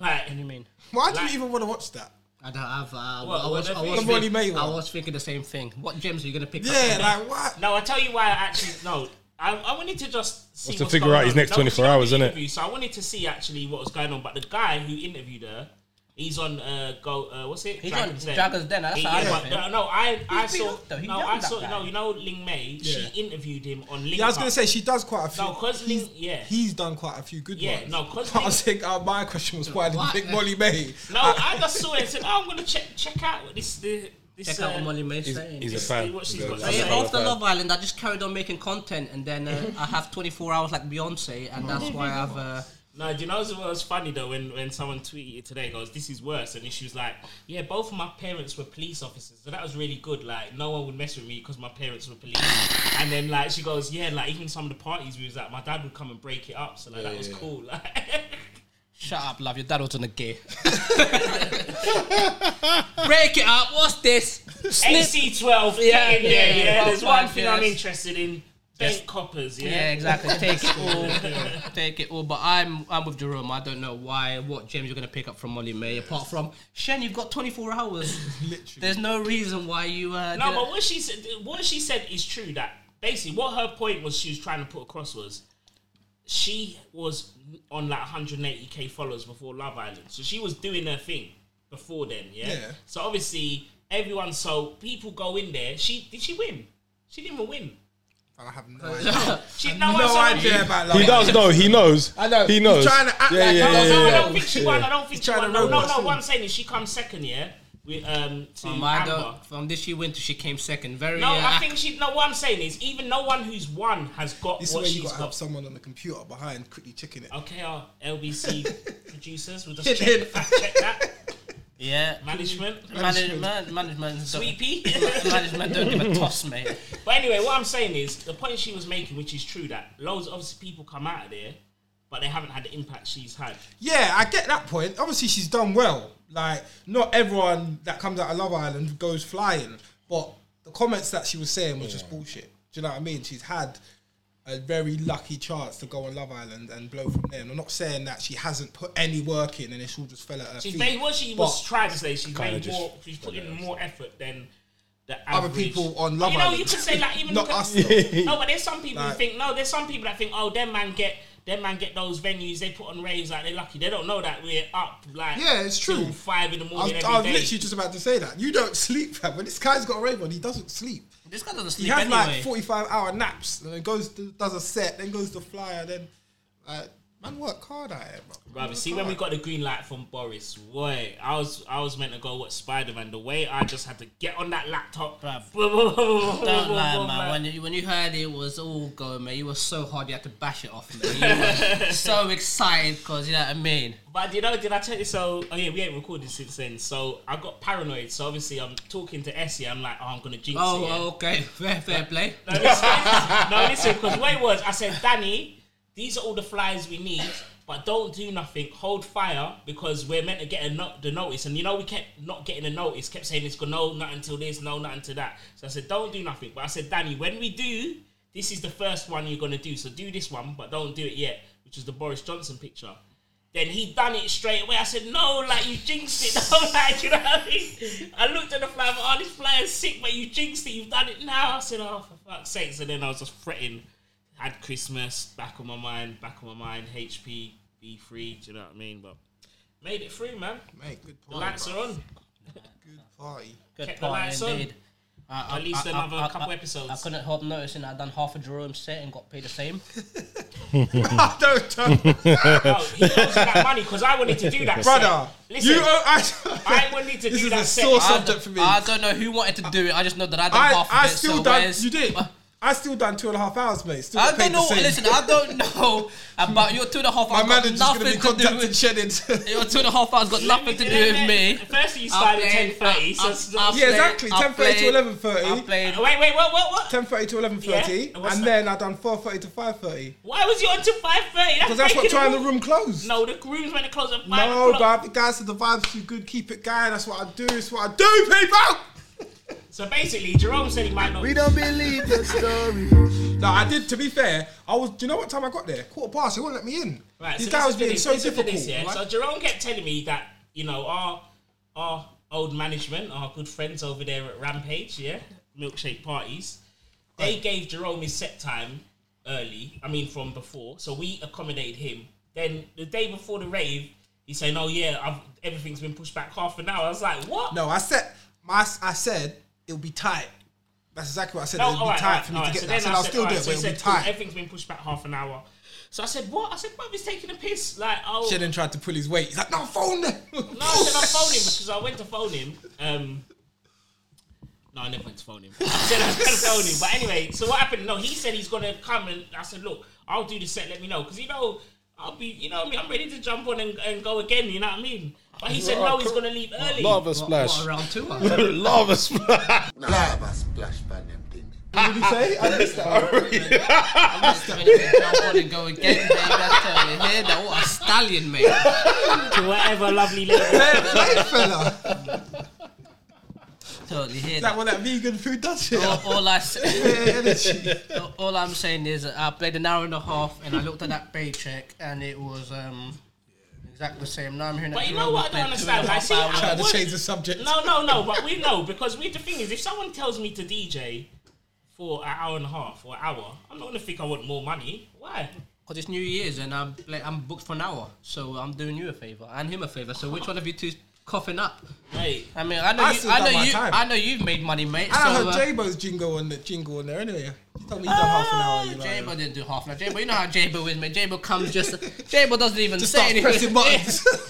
Speaker 5: Like,
Speaker 4: What do you mean?
Speaker 2: Why do you
Speaker 5: Like-
Speaker 2: even want to watch that?
Speaker 4: I don't have. Uh,
Speaker 5: What,
Speaker 4: I was,
Speaker 5: what
Speaker 4: I,
Speaker 5: the
Speaker 4: was
Speaker 5: thing?
Speaker 2: Somebody made
Speaker 4: think, I
Speaker 2: one.
Speaker 4: was thinking the same thing. What gems are you gonna pick
Speaker 2: Yeah,
Speaker 4: up?
Speaker 2: like what?
Speaker 5: No, I tell you why. I actually no. I, I wanted to just see
Speaker 6: to
Speaker 5: what's
Speaker 6: figure
Speaker 5: going
Speaker 6: out his
Speaker 5: on.
Speaker 6: next
Speaker 5: No,
Speaker 6: 24
Speaker 5: she got
Speaker 6: hours,
Speaker 5: the
Speaker 6: innit?
Speaker 5: interview, So I wanted to see actually what was going on. But the guy who interviewed her, he's on uh, go. Uh, what's it?
Speaker 4: He's on Dragon's Den, that's how I
Speaker 5: yeah,
Speaker 4: know
Speaker 5: but
Speaker 4: him.
Speaker 5: no, no, I I
Speaker 4: big
Speaker 5: saw
Speaker 4: up though, he
Speaker 5: no,
Speaker 4: young,
Speaker 5: I
Speaker 4: that
Speaker 5: saw
Speaker 4: guy.
Speaker 5: no. You know, Ling Mei. She
Speaker 2: Yeah.
Speaker 5: interviewed him on. Link
Speaker 2: Yeah, I was gonna
Speaker 5: Up.
Speaker 2: say she does quite a few.
Speaker 5: No, 'cause
Speaker 2: he's-
Speaker 5: Link- yeah.
Speaker 2: he's done quite a few good
Speaker 5: Yeah,
Speaker 2: ones.
Speaker 5: no, 'cause
Speaker 2: But I
Speaker 5: Link-
Speaker 2: was thinking, uh, my question was why did you
Speaker 4: What?
Speaker 2: pick Molly May?
Speaker 5: No, I just saw it. and said, oh, I'm gonna check check out what this the this.
Speaker 4: Check out
Speaker 5: uh,
Speaker 4: what Molly May's
Speaker 6: He's,
Speaker 4: saying.
Speaker 6: he's a
Speaker 5: This-
Speaker 6: fan.
Speaker 5: what she's
Speaker 6: He's a-
Speaker 5: got.
Speaker 6: I'm a
Speaker 5: Yeah,
Speaker 4: Yeah,
Speaker 6: fan.
Speaker 4: after Love Island, I just carried on making content, and then uh, I have 24 hours like Beyonce, and that's why I've. Uh,
Speaker 5: No, do you know what was funny though when, when someone tweeted today goes, This is worse and she was like, Yeah, both of my parents were police officers, so that was really good. Like no one would mess with me because my parents were police. and then like she goes, Yeah, like even some of the parties we was at, my dad would come and break it up, so like that was cool. Like
Speaker 4: Shut up, love. Your dad was on a gay. Break it up. What's this?
Speaker 5: AC twelve, yeah,
Speaker 4: Yeah,
Speaker 5: in there, yeah,
Speaker 4: yeah, yeah,
Speaker 5: There's
Speaker 4: well,
Speaker 5: one thing I'm
Speaker 4: yes.
Speaker 5: interested in. Bent coppers, yeah.
Speaker 4: Yeah, exactly. Take it all. Take it all. But I'm I'm with Jerome. I don't know why what gems you're gonna pick up from Molly May apart from Shen. You've got 24 hours.
Speaker 2: Literally.
Speaker 4: There's no reason why you. Uh,
Speaker 5: No,
Speaker 4: didn't-
Speaker 5: but what she said, what she said is true. That basically, what her point was, she was trying to put across was, she was on like 180k followers before Love Island, so she was doing her thing before then. Yeah.
Speaker 2: Yeah.
Speaker 5: So obviously, everyone, so people go in there. She did she win? She didn't even win.
Speaker 2: I have no idea.
Speaker 5: She no,
Speaker 2: no
Speaker 5: one-
Speaker 2: idea about Love
Speaker 6: He does know. He knows.
Speaker 2: I know.
Speaker 6: He
Speaker 2: He's
Speaker 6: knows.
Speaker 2: trying to act
Speaker 6: yeah,
Speaker 2: like
Speaker 6: yeah,
Speaker 2: he
Speaker 5: No,
Speaker 6: yeah,
Speaker 2: doesn't
Speaker 5: no,
Speaker 6: yeah,
Speaker 5: I
Speaker 6: yeah.
Speaker 5: don't think she won. I don't think she
Speaker 2: trying
Speaker 5: won.
Speaker 2: to
Speaker 5: No, no,
Speaker 2: rope
Speaker 5: no.
Speaker 2: us
Speaker 5: What
Speaker 2: in.
Speaker 5: I'm saying is she comes second. Yeah. With um to
Speaker 4: From, my
Speaker 5: Amber.
Speaker 4: do- from this she went to she came second. Very.
Speaker 5: No,
Speaker 4: uh,
Speaker 5: I think she. No, what I'm saying is, even no one who's won has got
Speaker 2: This is
Speaker 5: what
Speaker 2: where you
Speaker 5: she's
Speaker 2: got to
Speaker 5: got.
Speaker 2: have someone on the computer behind quickly checking it.
Speaker 5: Okay, our LBC producers will just
Speaker 2: Hit,
Speaker 5: check,
Speaker 2: hit.
Speaker 5: fact check that.
Speaker 4: yeah.
Speaker 5: Management.
Speaker 4: Management, man, management,
Speaker 5: Sweepy.
Speaker 4: management don't give a toss, mate.
Speaker 5: but anyway, what I'm saying is the point she was making, which is true, that loads of obviously people come out of there but they haven't had the impact she's had.
Speaker 2: Yeah, I get that point. Obviously, she's done well. Like, not everyone that comes out of Love Island goes flying, but the comments that she was saying was just bullshit. Do you know what I mean? She's had a very lucky chance to go on Love Island and blow from there. And I'm not saying that she hasn't put any work in and it's all just fell at her
Speaker 5: She's
Speaker 2: feet.
Speaker 5: made what she
Speaker 2: but
Speaker 5: was trying to say. She's
Speaker 6: Kinda
Speaker 5: made
Speaker 6: just-
Speaker 5: more. She's put in more effort than the
Speaker 2: Other
Speaker 5: average-
Speaker 2: people on Love
Speaker 5: You know,
Speaker 2: Island.
Speaker 5: you could say like even
Speaker 2: Not
Speaker 5: look at-
Speaker 2: us, though.
Speaker 5: No, but there's some people
Speaker 2: Like-
Speaker 5: who think no. There's some people that think oh, them man get them man get those venues. They put on raves like they're lucky. They don't know that we're up like
Speaker 2: Yeah, it's true.
Speaker 5: till five in the
Speaker 2: I was,
Speaker 5: morning every day.
Speaker 2: I was literally just about to say that. You don't sleep, fam. When this guy's got a rave on, he doesn't sleep.
Speaker 4: This guy doesn't
Speaker 2: He
Speaker 4: sleep
Speaker 2: has
Speaker 4: anyway.
Speaker 2: like 45 hour naps and then goes to, does a set, then goes to flyer, then like man work hard at it, bro.
Speaker 5: Brother, see when we got the green light from Boris, boy, I was I was meant to go watch Spider Man. The way I just had to get on that laptop,
Speaker 4: Bruv.
Speaker 5: Don't
Speaker 4: Don't lie, man. When you, when you heard it was all going, man, you were so hard you had to bash it off, man. You were so excited because you know what I mean.
Speaker 5: But you know, did I tell you? So, oh yeah, we ain't recorded since then. So I got paranoid. So obviously, I'm talking to Essie. I'm like, oh, I'm gonna jinx
Speaker 4: Oh,
Speaker 5: it. yeah.
Speaker 4: oh, okay, fair, fair play.
Speaker 5: No, listen, no, listen, because the way it was, I said, Danny, these are all the flyers we need, but don't do nothing. Hold fire because we're meant to get a no- the notice. And you know, we kept not getting a notice, kept saying it's going no, not until this, no, not until that. So I said, don't do nothing. But I said, Danny, when we do, this is the first one you're going to do. So do this one, but don't do it yet, which is the Boris Johnson picture. Then he done it straight away. I said, no, like you jinxed it. No, like, you know what I mean? I looked at the flyer, oh, this flyer's sick, but you jinxed it. You've done it now. I said, oh, for fuck's sake. So then I was just fretting. Had Christmas back on my mind, back on my mind. HP, B3, do you know what I mean? But made it through, man.
Speaker 2: Mate, good
Speaker 5: The
Speaker 2: party.
Speaker 5: lights
Speaker 2: bruv.
Speaker 5: are on.
Speaker 2: Good party.
Speaker 4: Good
Speaker 5: Kept the lights on.
Speaker 4: I- I-
Speaker 5: At least
Speaker 4: I-
Speaker 5: another
Speaker 4: I- I-
Speaker 5: couple
Speaker 4: I-
Speaker 5: episodes.
Speaker 4: I couldn't help noticing I done half a Jerome set and got paid the same.
Speaker 2: don't turn,
Speaker 5: Oh, he owes me that money because I wanted to do that.
Speaker 2: brother.
Speaker 5: set. Listen,
Speaker 2: you owe I,
Speaker 5: I wanted to
Speaker 2: This
Speaker 5: do
Speaker 2: is
Speaker 5: that
Speaker 2: a
Speaker 5: set.
Speaker 2: sore
Speaker 5: I-
Speaker 2: subject for me.
Speaker 4: I
Speaker 2: I,
Speaker 4: don't know who wanted to do it. I just know that I done
Speaker 2: I,
Speaker 4: half of it.
Speaker 2: still
Speaker 4: so
Speaker 2: done.
Speaker 4: where's-
Speaker 2: You did. I still done two and a half hours, mate. Still
Speaker 4: I
Speaker 2: got paid
Speaker 4: don't know.
Speaker 2: the same.
Speaker 4: Listen, I don't know about your two and a half.
Speaker 2: My
Speaker 4: I've got
Speaker 2: manager's gonna
Speaker 4: nothing
Speaker 2: be
Speaker 4: to do
Speaker 2: contacting
Speaker 4: with
Speaker 2: Shannon.
Speaker 4: your two and a half hours. Got nothing to do with me.
Speaker 5: Firstly, you
Speaker 4: I
Speaker 5: started at
Speaker 4: played-
Speaker 5: 10.30. So
Speaker 4: I-
Speaker 5: it's
Speaker 4: I
Speaker 5: not-
Speaker 2: yeah,
Speaker 4: played-
Speaker 2: exactly.
Speaker 4: I
Speaker 2: Ten thirty to
Speaker 4: played-
Speaker 2: eleven
Speaker 4: I
Speaker 2: thirty.
Speaker 4: played.
Speaker 5: Wait, wait, what, what, what?
Speaker 2: Ten thirty to eleven thirty,
Speaker 5: Yeah, and what's
Speaker 2: and
Speaker 5: that?
Speaker 2: then I done four thirty to five thirty
Speaker 5: Why was you on to 5.30?
Speaker 2: because that's what time the room closed.
Speaker 5: No, the room's meant to close at 5
Speaker 2: No,
Speaker 5: o'clock.
Speaker 2: bruv, the guy said the vibe's too good, keep it going. That's what I do, it's what I do,
Speaker 5: So basically, Jerome said he might not.
Speaker 10: We don't believe the story.
Speaker 2: people! no, I did, to be fair, I was, do you know what time I got there? Quarter past, they wouldn't let me in.
Speaker 5: Right,
Speaker 2: this
Speaker 5: so
Speaker 2: guy
Speaker 5: listen to
Speaker 2: was being
Speaker 5: this,
Speaker 2: so
Speaker 5: listen to
Speaker 2: difficult.
Speaker 5: this, yeah?
Speaker 2: right?
Speaker 5: So Jerome kept telling me that you know our our old management, our good friends over there at Rampage, yeah, milkshake parties, they gave Jerome his set time early. I mean, from before, so we accommodated him. Then the day before the rave, he's saying, "Oh yeah, I've, everything's been pushed back half an hour." I was like, "What?"
Speaker 2: no, I said, my, I said, it'll be tight. That's exactly what I said, it'll be
Speaker 5: alright,
Speaker 2: tight for me
Speaker 5: alright,
Speaker 2: to get
Speaker 5: so
Speaker 2: there. I
Speaker 5: then
Speaker 2: said, I'll
Speaker 5: said,
Speaker 2: still do
Speaker 5: alright,
Speaker 2: it,
Speaker 5: so
Speaker 2: but
Speaker 5: he
Speaker 2: it'll be
Speaker 5: said, cool,
Speaker 2: tight.
Speaker 5: Everything's been pushed back half an hour. So I said, "What?" I said, "Bro, he's taking a piss." Like, oh,
Speaker 2: Shannon tried to pull his weight. He's like, no, phone them.
Speaker 5: No, I said I phone him because I went to phone him. Um, no, I never went to phone him. I said I was going to phone him, but anyway. So what happened? No, he said he's gonna come, and I said, look, I'll do the set. Let me know because you know I'll be, you know, what I mean, I'm ready to jump on and, and go again. You know what I mean? But he said no, he's gonna leave early.
Speaker 6: Lava
Speaker 4: What,
Speaker 6: splash.
Speaker 4: what, round two? I
Speaker 6: Lava splash.
Speaker 3: Lava splash pan them thing.
Speaker 2: What did he say? I missed that.
Speaker 4: must have been able to jump on and go again, baby. I tell you, hear that? What a stallion, mate.
Speaker 5: To whatever lovely little.
Speaker 2: Hey, fella. Is
Speaker 4: Totally hear
Speaker 2: that
Speaker 4: that.
Speaker 2: what that vegan food does? Yeah.
Speaker 5: Oh.
Speaker 4: All, all I say.
Speaker 2: Energy.
Speaker 4: All- all I'm saying is that I played an hour and a half and I looked at that paycheck and it was um exactly the same. Now I'm hearing
Speaker 5: But
Speaker 4: that
Speaker 5: you
Speaker 4: Jerome
Speaker 5: know what? I
Speaker 4: played
Speaker 5: don't
Speaker 4: two
Speaker 5: understand.
Speaker 4: and a
Speaker 5: I
Speaker 4: half
Speaker 5: see
Speaker 4: hours.
Speaker 5: how
Speaker 2: Trying to
Speaker 5: what-
Speaker 2: change the subject.
Speaker 5: No, no, no. But we know because we. The thing is, if someone tells me to DJ for an hour and a half or an hour, I'm not gonna think I want more money. Why?
Speaker 4: Because it's New Year's and I'm like, I'm booked for an hour, so I'm doing you a favor and him a favor. So which one of you two's coughing up?
Speaker 5: Hey.
Speaker 4: I mean, I know
Speaker 2: I
Speaker 4: you,
Speaker 2: still
Speaker 4: I know
Speaker 2: done my
Speaker 4: you,
Speaker 2: time.
Speaker 4: I know you've made money, mate.
Speaker 2: And I
Speaker 4: so,
Speaker 2: heard
Speaker 4: uh,
Speaker 2: J-Bo's jingle on the jingle on there anyway. She told me you done half an
Speaker 5: Oh,
Speaker 2: hour. You know,
Speaker 4: Jabo didn't do half an hour. Jabo, you know how Jabo is, mate. Jabo comes just, Jabo doesn't even
Speaker 2: Just
Speaker 4: say
Speaker 2: start
Speaker 4: anything.
Speaker 2: pressing buttons.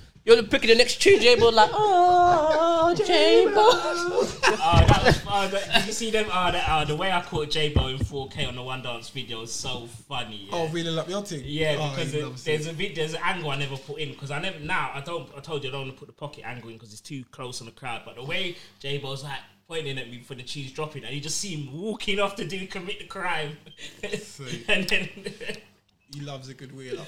Speaker 4: You're picking the next tune, Jabo, like, oh, Jabo.
Speaker 5: Oh, that was, oh, that, did you see them? Oh, that, oh, the way I caught J Bo in 4K on the One Dance video was so funny. Yeah,
Speaker 2: oh, reeling up your thing.
Speaker 5: yeah
Speaker 2: oh,
Speaker 5: because
Speaker 2: you
Speaker 5: it-
Speaker 2: obviously-
Speaker 5: there's a bit, there's an angle I never put in because I never now I don't I told you I don't want to put the pocket angle in because it's too close on the crowd. But the way J Bo's like pointing at me for the cheese dropping, and you just see him walking off to do commit the crime, and then
Speaker 2: He loves a good wheel up,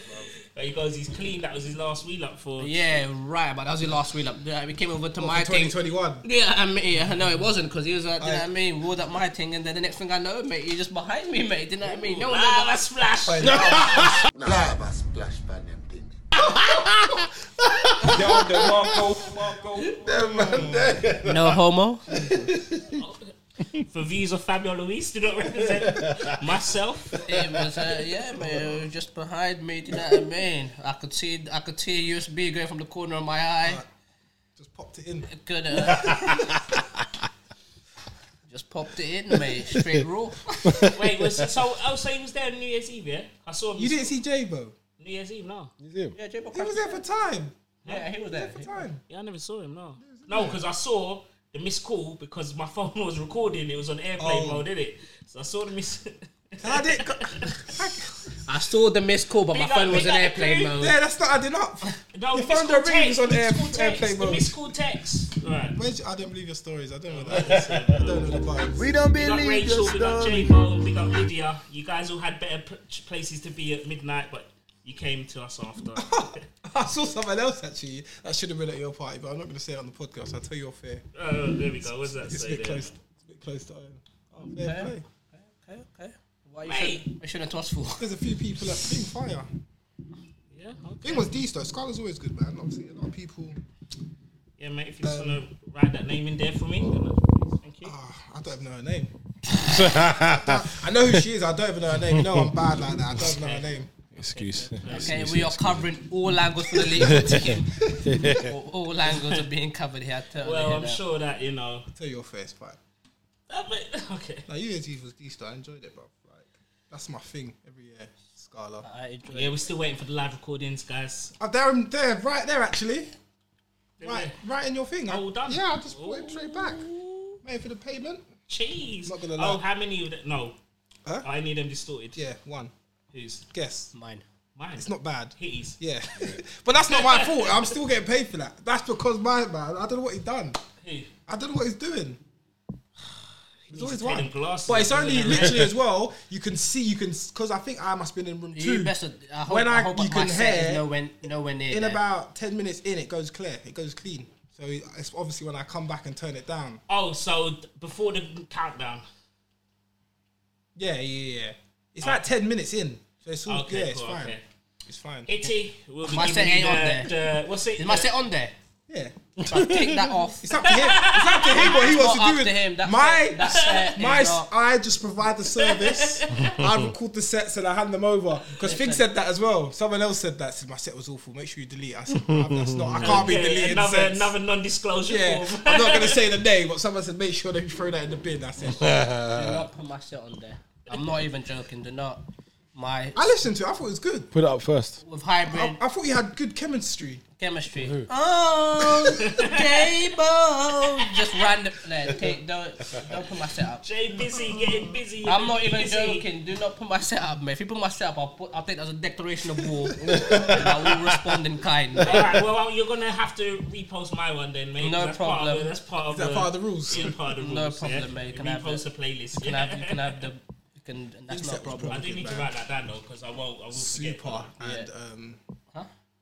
Speaker 5: Like, he goes, he's clean. That was his last wheel up for.
Speaker 4: Yeah, right. But that was your last wheel up. Yeah, We came over to
Speaker 2: bro.
Speaker 4: my
Speaker 2: Twenty
Speaker 4: thing.
Speaker 2: twenty one.
Speaker 4: Yeah, I mean, yeah, no, it wasn't because he was like, do you know
Speaker 2: Aye.
Speaker 4: what I mean? Walled up my thing, and then the next thing I know, mate, you're just behind me, mate. Do you know what I mean? No one
Speaker 5: Ah,
Speaker 4: ever.
Speaker 5: that splash.
Speaker 3: Nah, I'm a splash by them thing. Them man there.
Speaker 4: No homo.
Speaker 5: For Visa Fabio Luis, do not represent myself.
Speaker 4: It was, uh, yeah, man, it was just behind me. Do you know what I mean? I could see, I could see a USB going from the corner of my eye.
Speaker 2: Just popped it in.
Speaker 4: Could uh, just popped it in, mate. Straight raw.
Speaker 5: Wait, was so? Oh, so he was there on New Year's Eve, yeah? I saw him.
Speaker 2: You didn't see Jabo.
Speaker 5: New Year's Eve, no.
Speaker 4: Yeah, J-Bo
Speaker 2: He was there for time.
Speaker 4: Yeah, he was there.
Speaker 2: For time.
Speaker 5: Yeah, I never saw him, no. No, because I saw the missed call because my phone was recording. It was on airplane
Speaker 2: Oh.
Speaker 5: mode, did it? So I saw the miss.
Speaker 2: I did.
Speaker 4: I saw the missed call, but my
Speaker 5: Big up,
Speaker 4: phone was
Speaker 5: big
Speaker 4: in
Speaker 5: up,
Speaker 4: airplane
Speaker 5: dude.
Speaker 4: mode.
Speaker 2: Yeah, that's not adding up.
Speaker 5: No,
Speaker 2: You
Speaker 5: the missed
Speaker 2: found
Speaker 5: call
Speaker 2: the rings
Speaker 5: text,
Speaker 2: on
Speaker 5: the
Speaker 2: air-
Speaker 5: missed call text,
Speaker 2: airplane
Speaker 5: The
Speaker 2: mode.
Speaker 5: missed call text. Right.
Speaker 2: Where's- I don't believe your stories. I don't know what that is. I don't know the vibes.
Speaker 10: We don't
Speaker 5: Big up
Speaker 10: believe your
Speaker 5: Rachel, big up
Speaker 10: story.
Speaker 5: J-Bo, big up Lydia. You guys all had better p- places to be at midnight, but you came to us after. Oh,
Speaker 2: I saw someone else actually that should have been at your party, but I'm not going to say it on the podcast. I'll tell you off air.
Speaker 5: oh, there we go. What's that
Speaker 2: It's a
Speaker 5: say
Speaker 2: bit
Speaker 5: there?
Speaker 2: close. It's a bit close to home. Oh, fair play.
Speaker 4: Okay, okay. Why you
Speaker 5: Mate.
Speaker 4: should, I shouldn't toss for.
Speaker 2: There's a few people that bring fire.
Speaker 5: Yeah, okay.
Speaker 2: Thing was these though. Scarlett's always good, man. Obviously, a lot of people.
Speaker 5: Yeah, mate, if you just want to write that name in there for me, then, uh, thank you.
Speaker 2: Um, Ah, I don't even know her name. I know who she is. I don't even know her name. You know I'm bad like that. I don't know her name.
Speaker 6: Excuse.
Speaker 4: Okay, we are covering all angles for the legal team. all, all angles are being covered here. I totally
Speaker 5: Well,
Speaker 4: hear
Speaker 5: I'm
Speaker 4: that.
Speaker 5: sure that, you know.
Speaker 2: Tell your face, but
Speaker 5: That might, okay.
Speaker 2: now you and Eve was these though. I enjoyed it, bro. Like that's my thing every year. Scarlett.
Speaker 4: I enjoy
Speaker 5: Yeah,
Speaker 4: it.
Speaker 5: we're still waiting for the live recordings, guys.
Speaker 2: Oh, they're, they're right there actually. Right, right in your thing. I-
Speaker 5: All done.
Speaker 2: Yeah, I just put it straight back. Waiting for the payment.
Speaker 5: Cheese.
Speaker 2: Not gonna
Speaker 5: Oh,
Speaker 2: lie.
Speaker 5: how many of them? No.
Speaker 2: Huh?
Speaker 5: I need them distorted.
Speaker 2: Yeah, one.
Speaker 5: Who's?
Speaker 2: Guess.
Speaker 4: Mine.
Speaker 5: Mine.
Speaker 2: It's not bad.
Speaker 5: Hitties.
Speaker 2: Yeah. but that's not my fault. I'm still getting paid for that. That's because my man, I don't know what he's done.
Speaker 5: Who?
Speaker 2: I don't know what he's doing. There's always
Speaker 5: to take
Speaker 2: one.
Speaker 5: them glasses
Speaker 2: But it's
Speaker 5: off,
Speaker 2: only
Speaker 5: isn't it?
Speaker 2: literally as well, you can see, you can, because I think I must have been in room
Speaker 4: You
Speaker 2: two.
Speaker 4: best. I hope,
Speaker 2: When
Speaker 4: I
Speaker 2: I-
Speaker 4: hope
Speaker 2: you
Speaker 4: that my
Speaker 2: can
Speaker 4: set is
Speaker 2: hear
Speaker 4: nowhere, nowhere near.
Speaker 2: In
Speaker 4: there.
Speaker 2: about 10 minutes in, it goes clear, it goes clean. So it's obviously when I come back and turn it down.
Speaker 5: Oh, so th- before the countdown.
Speaker 2: Yeah, yeah, yeah. It's like 10 minutes in. So it's all,
Speaker 5: Oh. Okay,
Speaker 2: yeah, it's
Speaker 5: cool,
Speaker 2: fine.
Speaker 5: okay.
Speaker 2: It's fine.
Speaker 5: Hitty. We'll be
Speaker 4: My
Speaker 5: giving
Speaker 4: set
Speaker 5: you
Speaker 4: ain't
Speaker 5: the,
Speaker 4: on there.
Speaker 5: The, what's it?
Speaker 4: Is my
Speaker 5: The-
Speaker 4: set on there?
Speaker 2: yeah.
Speaker 4: So I take that off.
Speaker 2: It's up to him. It's up to him what he
Speaker 4: It's
Speaker 2: wants
Speaker 4: not up
Speaker 2: to do. with
Speaker 4: to him. That's
Speaker 2: my
Speaker 4: it. That's it.
Speaker 2: my
Speaker 4: It's not.
Speaker 2: I just provide the service. I record the sets and I hand them over. Because Fig said that as well. Someone else said that. Said my set was awful. Make sure you delete. it." I said "No, that's not. I can't be deleting
Speaker 5: another,
Speaker 2: sets.
Speaker 5: another non-disclosure
Speaker 2: yeah,
Speaker 5: form.
Speaker 2: I'm not gonna say the name, but someone said make sure that you throw that in the bin. I said
Speaker 4: Do not put my set on there. I'm not even joking. Do not. My
Speaker 2: I listened to. it. I thought it was good.
Speaker 6: Put it up first.
Speaker 4: with
Speaker 2: I,
Speaker 4: hybrid
Speaker 2: I thought you had good chemistry.
Speaker 4: chemistry. Oh, Dable. Just random. No, take, don't don't put my set up.
Speaker 5: Jay busy, getting busy.
Speaker 4: I'm not even
Speaker 5: busy.
Speaker 4: joking. Do not put my set up, man. If you put my set up, I'll, put, I'll take that as a declaration of war. and I will respond in kind. mate.
Speaker 5: All right, well, you're gonna have to repost my one then, mate. 'cause
Speaker 4: No
Speaker 5: that's Part of,
Speaker 4: problem.
Speaker 5: that's part of
Speaker 2: Is that
Speaker 5: the,
Speaker 2: part of the rules?
Speaker 5: Yeah, part of the
Speaker 4: No
Speaker 5: rules.
Speaker 4: problem,
Speaker 5: yeah.
Speaker 4: mate. You can have
Speaker 5: repost
Speaker 4: it.
Speaker 5: the playlist.
Speaker 4: You can
Speaker 5: yeah.
Speaker 4: have, you can have the. You can, and that's not a problem.
Speaker 5: I do need to write that down though, because I won't. I will forget.
Speaker 2: Super and um,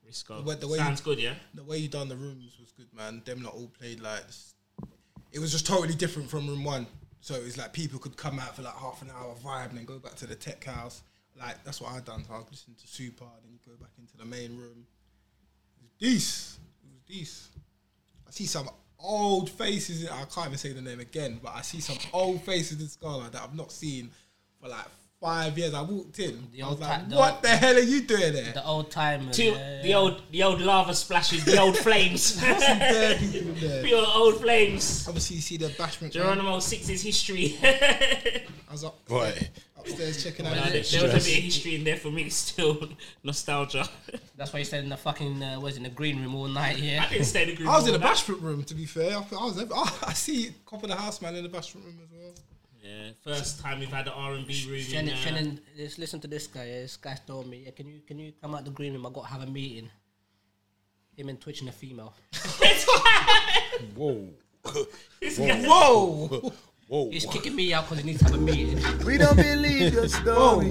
Speaker 5: Risco.
Speaker 2: But the way
Speaker 5: Sounds
Speaker 2: you-
Speaker 5: good, yeah.
Speaker 2: the way you done the rooms was good, man. Them not all played like s- it was just totally different from room one. So it was like people could come out for like half an hour vibe and then go back to the tech house. Like that's what I done. So I was listening to Super, then you go back into the main room. It was Dece. It was Dece. I see some old faces. In, I can't even say the name again, but I see some old faces in Scala that I've not seen for like five years. I walked in.
Speaker 4: The
Speaker 2: I
Speaker 4: old
Speaker 2: was like,
Speaker 4: cat- the
Speaker 2: "What
Speaker 4: old-
Speaker 2: the hell are you doing there?"
Speaker 4: The old timers.
Speaker 5: Two,
Speaker 4: yeah.
Speaker 5: The old, the old lava splashes, the old flames,
Speaker 2: There are people there.
Speaker 5: pure old flames.
Speaker 2: Obviously, you see the bashment. man.
Speaker 5: Geronimo Six's history.
Speaker 2: I was up,
Speaker 6: Boy.
Speaker 2: upstairs checking
Speaker 5: Nah,
Speaker 2: out.
Speaker 5: there there was a bit of history in there for me still. Nostalgia.
Speaker 4: That's why you stayed in the fucking uh, was in the green room all night. Yeah.
Speaker 5: I didn't stay in the group.
Speaker 2: I was in the
Speaker 5: all night.
Speaker 2: bashment room, to be fair. I, I was. ev- Oh, I see cop in the house man in the bashment room as well.
Speaker 5: Yeah, first time we've had an R and B room. in,
Speaker 4: Shannon,
Speaker 5: uh,
Speaker 4: Shannon, just listen to this guy. Yeah, this guy told me, yeah, can you can you come out the green room? I got to have a meeting. Him and Twitch and a female.
Speaker 6: Whoa.
Speaker 5: This guy-
Speaker 2: Whoa!
Speaker 6: Whoa.
Speaker 4: He's kicking me out because he needs to have a meeting.
Speaker 10: We don't believe your story.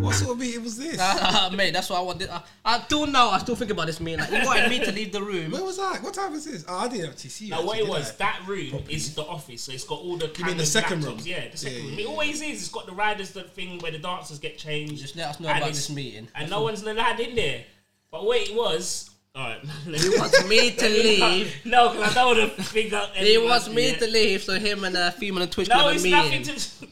Speaker 2: What sort of meeting was this?
Speaker 4: Uh, mate, that's what I wanted. I, I still know. I still think about this meeting. Like, he wanted me to leave the room.
Speaker 2: Where was I? What time was this? Oh, I didn't actually see you.
Speaker 5: Now, what
Speaker 2: actually,
Speaker 5: it
Speaker 2: did
Speaker 5: was,
Speaker 2: I?
Speaker 5: that room is the office, so it's got all the. You
Speaker 2: mean the second room?
Speaker 5: Yeah, the second
Speaker 2: Yeah,
Speaker 5: room.
Speaker 2: yeah,
Speaker 5: It always is. It's got the riders, the thing where the dancers get changed.
Speaker 4: Just let us know
Speaker 5: And
Speaker 4: about
Speaker 5: it's-
Speaker 4: this meeting.
Speaker 5: And no one's allowed in there. But what it was. Alright.
Speaker 4: He wants me to leave.
Speaker 5: No, because I don't want to figure out.
Speaker 4: He wants
Speaker 5: everyone's-
Speaker 4: me
Speaker 5: yeah.
Speaker 4: to leave so him and a female and Twitch can
Speaker 5: No,
Speaker 4: have a
Speaker 5: it's
Speaker 4: meeting.
Speaker 5: nothing to.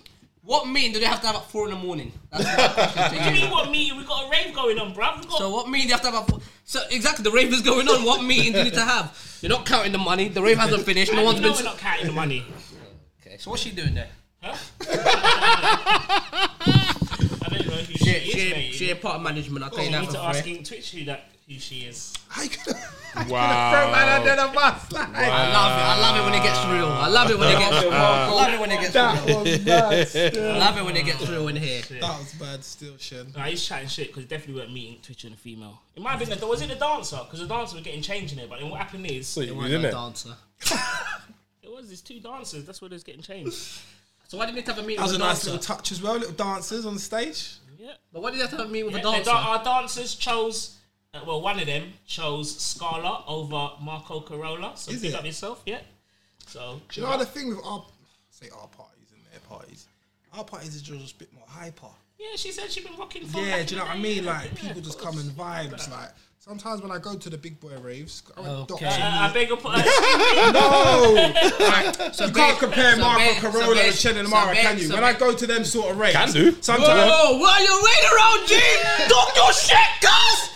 Speaker 4: What meeting do they have to have at four in the morning? That's my question to
Speaker 5: What do you
Speaker 4: you.
Speaker 5: mean what meeting? We got a rave going on, bruv. We got
Speaker 4: So what meeting do you have to have at four? So exactly, the rave is going on. What meeting do you need to have? You're not counting the money. The rave hasn't finished. No
Speaker 5: How
Speaker 4: one's
Speaker 5: do you know
Speaker 4: been.
Speaker 5: we're not counting the money.
Speaker 4: Okay, so what's she doing there?
Speaker 5: I don't know who she,
Speaker 4: She,
Speaker 5: is,
Speaker 4: she,
Speaker 5: mate.
Speaker 4: ain't- she ain't part of management. I'll tell you
Speaker 5: you
Speaker 4: that
Speaker 5: need
Speaker 4: for
Speaker 5: to
Speaker 4: free.
Speaker 5: ask in Twitch who that who she is.
Speaker 2: How you gonna- how you
Speaker 6: Wow.
Speaker 2: gonna throw man under the bus? Like,
Speaker 4: I love it. I love it when it gets real. I love it when it gets real. I love it when it gets
Speaker 2: That
Speaker 4: real.
Speaker 2: was bad.
Speaker 4: I
Speaker 2: Still.
Speaker 4: love it when it gets real in here.
Speaker 2: That was bad. Still, Shen.
Speaker 5: Nah, he's chatting shit because definitely weren't meeting Twitch and a female. It might have been the was it the dancer because the dancer was getting changed in there. But then what happened is
Speaker 6: So
Speaker 5: it
Speaker 6: you
Speaker 4: Right,
Speaker 6: was
Speaker 4: no
Speaker 6: in it.
Speaker 4: dancer.
Speaker 5: was these two dancers. That's where they was getting changed.
Speaker 4: So why didn't they have a meeting
Speaker 2: That was
Speaker 4: with
Speaker 2: a
Speaker 4: a
Speaker 2: nice little
Speaker 4: dancer?
Speaker 2: touch as well. Little dancers on the stage.
Speaker 5: Yeah,
Speaker 4: But why did they uh, have to have a meeting with
Speaker 5: yeah
Speaker 4: a
Speaker 5: the
Speaker 4: dancer?
Speaker 5: dan- our dancers chose. Uh, well, one of them chose Scarla over Marco Carolla. So
Speaker 2: Is
Speaker 5: pick
Speaker 2: it?
Speaker 5: up yourself, yeah. So
Speaker 2: Do you know the thing with our say our parties and their parties? Our parties is just a bit more hyper.
Speaker 5: yeah, she said she'd been rocking. from
Speaker 2: Yeah,
Speaker 5: back
Speaker 2: do you
Speaker 5: in
Speaker 2: know
Speaker 5: the
Speaker 2: what I
Speaker 5: day,
Speaker 2: mean?
Speaker 5: yeah,
Speaker 2: Like
Speaker 5: yeah,
Speaker 2: people
Speaker 5: of
Speaker 2: just
Speaker 5: course.
Speaker 2: come in vibes. Like sometimes when I go to the big boy raves, I would
Speaker 4: Okay.
Speaker 2: dox
Speaker 5: Uh,
Speaker 2: you.
Speaker 5: I beg your pardon.
Speaker 4: so
Speaker 2: Oh! You can't compare Marco
Speaker 4: ba-
Speaker 2: Carolla
Speaker 4: ba-
Speaker 2: and Chen and
Speaker 4: so
Speaker 2: Mara,
Speaker 4: ba-
Speaker 2: can you?
Speaker 4: so
Speaker 2: when
Speaker 4: ba-
Speaker 2: I go to them sort of raves,
Speaker 6: Can do.
Speaker 2: Sometimes
Speaker 4: Whoa, why you waiting around, G? Talk your shit, cuz!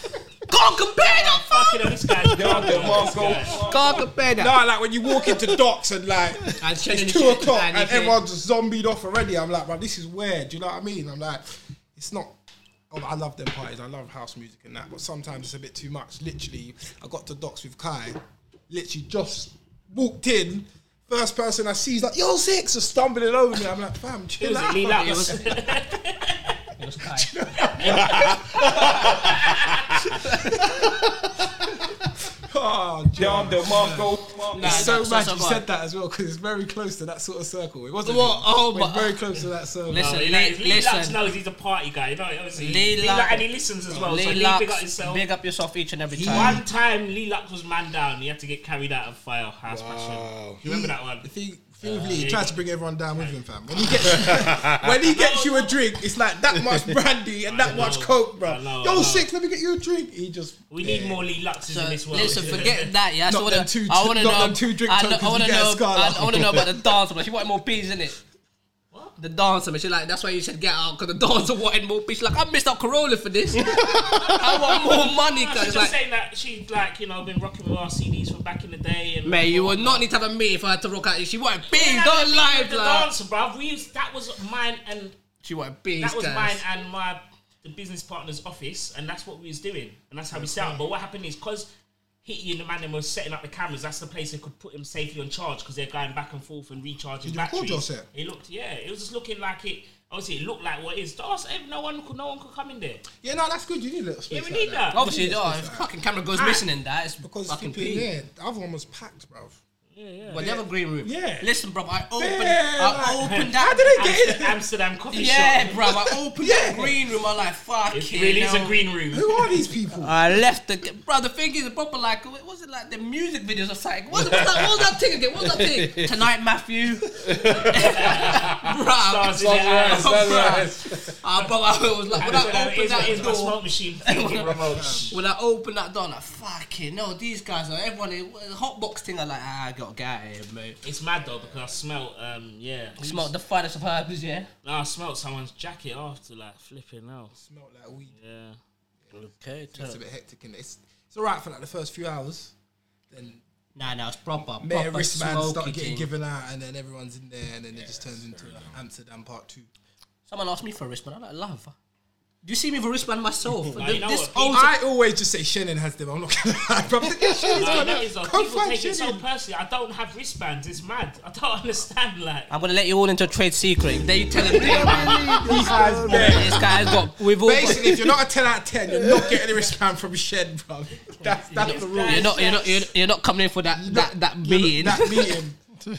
Speaker 4: Can't compare that, fuck!
Speaker 5: Fucking hell, this guy's drunk, man, this guy.
Speaker 4: Can't compare that.
Speaker 2: no, like when you walk into docks and like
Speaker 4: And Chen and
Speaker 2: it's two
Speaker 4: shit,
Speaker 2: o'clock
Speaker 4: and
Speaker 2: and,
Speaker 4: it's-
Speaker 2: everyone's just zombied off already. I'm like, man, this is weird. Do you know what I mean? I'm like, it's not. Oh, I love them parties. I love house music and that, but sometimes it's a bit too much. Literally, I got to docks with Kai. Literally, just walked in. First person I see is like, "Yo, six, just stumbling over me. I'm like, "Fam, chill
Speaker 5: Was it
Speaker 2: out."
Speaker 5: Lee
Speaker 4: It
Speaker 5: Lapis?
Speaker 4: was, it was tight.
Speaker 2: Oh, John DeMarco.
Speaker 4: Nah,
Speaker 2: It's so
Speaker 4: that's-
Speaker 2: mad
Speaker 4: that's
Speaker 2: you
Speaker 4: all
Speaker 2: said that as well because it's very close to that sort of circle. It wasn't.
Speaker 4: Well, oh,
Speaker 2: but
Speaker 4: but-
Speaker 2: it's very close to that circle.
Speaker 4: Listen,
Speaker 5: No, Lee,
Speaker 4: Lee-
Speaker 5: Lee Lux
Speaker 4: listen.
Speaker 5: knows he's a party guy, you know. Obviously,
Speaker 4: Lee
Speaker 5: Lee,
Speaker 4: Lux-
Speaker 5: Lux- and he listens as well. so
Speaker 4: Lee
Speaker 5: Lee
Speaker 4: Lux,
Speaker 5: big up himself.
Speaker 4: big up yourself each and every time.
Speaker 5: One time, Lee Lux was man down. He had to get carried out of fire. House
Speaker 2: Hmm.
Speaker 5: passion. You remember that one?
Speaker 2: Oh. The thing, thing with Lee, he
Speaker 5: yeah,
Speaker 2: tries
Speaker 5: yeah.
Speaker 2: to bring everyone down with him, fam. When he gets, when he gets you a drink, it's like that much brandy and
Speaker 5: I
Speaker 2: that much
Speaker 5: know,
Speaker 2: coke, bro.
Speaker 5: I know, I
Speaker 2: Yo,
Speaker 5: know.
Speaker 2: six, let me get you a drink. He just.
Speaker 5: We need more Lee Luxes
Speaker 4: So,
Speaker 5: in this world.
Speaker 4: listen, forget that, yeah. I
Speaker 2: Not
Speaker 4: wanna,
Speaker 2: them two-
Speaker 4: I wanna
Speaker 2: not
Speaker 4: know,
Speaker 2: them two drink
Speaker 4: I, kno-
Speaker 2: tokens
Speaker 4: I wanna
Speaker 2: you get at
Speaker 4: know, I,
Speaker 2: Scala.
Speaker 4: I wanna know about the dancer, but she wanted more peas, innit?
Speaker 5: What?
Speaker 4: The dancer, man. She like that's why you said get out because the dancer wanted more peas. She like I missed out Corolla for this. I want more money,
Speaker 5: She's
Speaker 4: cause
Speaker 5: just
Speaker 4: like
Speaker 5: saying that she's like you know been rocking with our CDs from back in the day. And
Speaker 4: Man, you would not need to have a meeting for her to rock out. She wanted
Speaker 5: We're
Speaker 4: beans,
Speaker 5: not
Speaker 4: don't
Speaker 5: gonna
Speaker 4: lie,
Speaker 5: beat the
Speaker 4: blood.
Speaker 5: dancer, bruv. We used, that was mine and
Speaker 4: She wanted beans,
Speaker 5: that was
Speaker 4: guys.
Speaker 5: mine and my the business partner's office, and that's what we was doing, and that's how we set up. But what happened is because Hitty and the man them was setting up the cameras. That's the place they could put him safely on charge because they're going back and forth and recharging
Speaker 2: Did you
Speaker 5: batteries.
Speaker 2: record your set?
Speaker 5: It looked, yeah, it was just looking like it. Obviously, it looked like what it is. To us, eh, no one could, no one could come in there.
Speaker 2: Yeah, no, that's good. You need a little space.
Speaker 5: Yeah, we
Speaker 2: like
Speaker 5: need that.
Speaker 4: Obviously, oh, if fucking camera
Speaker 5: Ah.
Speaker 4: goes missing in that, it's
Speaker 2: Because
Speaker 4: fucking
Speaker 2: flipping,
Speaker 4: pee.
Speaker 2: yeah, the other one was packed, bro.
Speaker 4: But they have a green room.
Speaker 2: Yeah.
Speaker 4: Listen, bro, I opened,
Speaker 2: Yeah,
Speaker 4: I
Speaker 2: like-
Speaker 4: opened
Speaker 2: How
Speaker 4: that.
Speaker 2: did they get
Speaker 5: Amsterdam,
Speaker 2: in?
Speaker 5: Amsterdam coffee shop.
Speaker 4: Yeah, bro, I opened that
Speaker 2: Yeah.
Speaker 4: green room. I'm like, fuck
Speaker 5: It really is a
Speaker 4: hell.
Speaker 5: green room.
Speaker 2: Who are these people?
Speaker 4: I left the bro. The thing is, proper like, what was it like the music videos or something? What was that? What was that thing again? What was that thing? Tonight, Matthew. bro,
Speaker 5: Stars in their eyes.
Speaker 4: Ah, bro, I was like, when I
Speaker 5: Amsterdam
Speaker 4: opened
Speaker 5: is,
Speaker 4: that
Speaker 5: is my
Speaker 4: door,
Speaker 5: smoke machine. Fucking remote.
Speaker 4: When I opened that door, I'm like, fucking no, these guys are everyone. The hot box thing, I'm like, ah, I gotta get out of here, mate.
Speaker 5: It's mad though because I smelled, um, yeah,
Speaker 4: Smelled the finest of herbs, yeah.
Speaker 5: No, I smelled someone's jacket after like flipping out.
Speaker 2: Smelled like weed.
Speaker 5: Yeah.
Speaker 4: Okay,
Speaker 2: It's a bit hectic, and it's it's alright for like the first few hours. Then
Speaker 4: nah, nah, it's proper,
Speaker 2: Mayor
Speaker 4: proper
Speaker 2: wristbands
Speaker 4: smoky
Speaker 2: start getting
Speaker 4: thing.
Speaker 2: given out, and then everyone's in there, and then it just turns into like, Amsterdam Part Two.
Speaker 4: Someone asked me for a wristband. I'm like, love. Do you see me with a wristband myself?
Speaker 5: Nah, you know
Speaker 4: this
Speaker 5: what?
Speaker 4: old
Speaker 2: I always just say Shannon has them. I'm not gonna lie, bro. Yeah, Shannon's
Speaker 5: No, that
Speaker 2: got them.
Speaker 5: is though.
Speaker 2: Go
Speaker 5: People
Speaker 2: find
Speaker 5: take it so
Speaker 2: Shannon.
Speaker 5: personally. I don't have wristbands. It's mad. I don't understand. Like,
Speaker 4: I'm gonna let you all into a trade secret. They tell them
Speaker 10: He has
Speaker 4: this guy's got. We've all.
Speaker 2: Basically, if you're not a 10 out of 10, you're not getting a wristband from Shen, bro. That's, that's the rule.
Speaker 4: got, you're not. You're not. You're, you're not coming in for that. That that meeting.
Speaker 2: That meeting.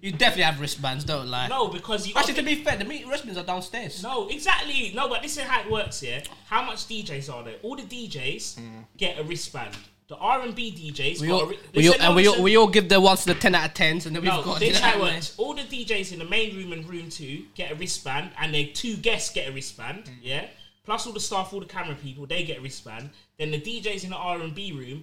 Speaker 4: You definitely have wristbands, don't lie.
Speaker 5: No, because you
Speaker 4: Actually, to be fair, the meat wristbands are downstairs.
Speaker 5: No, exactly. No, but this is how it works. Yeah, how much DJs are there? All the DJs get a wristband. The R and B DJs.
Speaker 4: We all,
Speaker 5: got a ri-
Speaker 4: we all,
Speaker 5: Listen,
Speaker 4: and we all,
Speaker 5: listen.
Speaker 4: we all give the ones the 10 out of 10s, and then we've
Speaker 5: No,
Speaker 4: got
Speaker 5: this is how it
Speaker 4: man.
Speaker 5: works. All the DJs in the main room and room two get a wristband, and their two guests get a wristband.
Speaker 4: Mm.
Speaker 5: Yeah, plus all the staff, all the camera people, they get a wristband. Then the DJs in the R and B room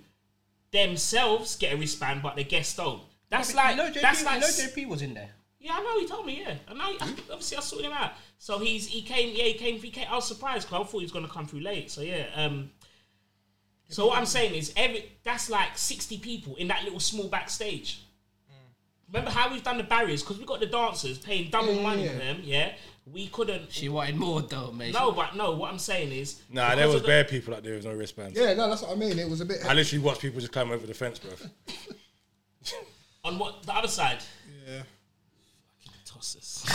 Speaker 5: themselves get a wristband, but the guests don't. That's like
Speaker 4: you know JP,
Speaker 5: that's
Speaker 4: you
Speaker 5: like
Speaker 4: know JP was in there.
Speaker 5: yeah, I know. He told me. Yeah, and I obviously I sorted him out. So he's he came. Yeah, he came. He came. I was surprised because I thought he was gonna come through late. So yeah. Um. So what I'm saying is, every that's like 60 people in that little small backstage. Remember how we've done the barriers because we got the dancers paying double
Speaker 2: yeah,
Speaker 5: money
Speaker 2: yeah.
Speaker 5: for them. Yeah, we couldn't.
Speaker 4: She wanted more though, mate.
Speaker 5: no, but no. What I'm saying is,
Speaker 6: Nah,
Speaker 5: because
Speaker 6: there
Speaker 5: of
Speaker 6: was
Speaker 5: the-
Speaker 6: bare people like there was no wristbands.
Speaker 2: Yeah, no, that's what I mean. It was a bit.
Speaker 6: I literally watched people just climb over the fence, bro.
Speaker 5: on what the other side.
Speaker 2: Yeah.
Speaker 5: Tossers.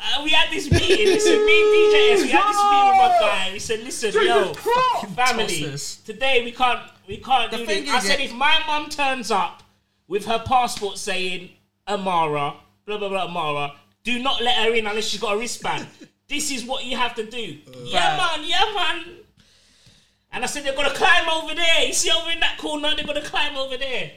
Speaker 5: Uh, we had this meeting. Listen, me and DJs, we had this meeting with my guy. We said, listen, yo, family,
Speaker 4: Tossers.
Speaker 5: today we can't, we can't do
Speaker 4: thing
Speaker 5: this. I
Speaker 4: is,
Speaker 5: said,
Speaker 4: yeah-
Speaker 5: if my mum turns up with her passport saying Amara, blah blah blah, Amara, do not let her in unless she's got a wristband. this is what you have to do. yeah, man. Yeah, man. And I said they're gonna climb over there. You see over in that corner, they're gonna climb over there.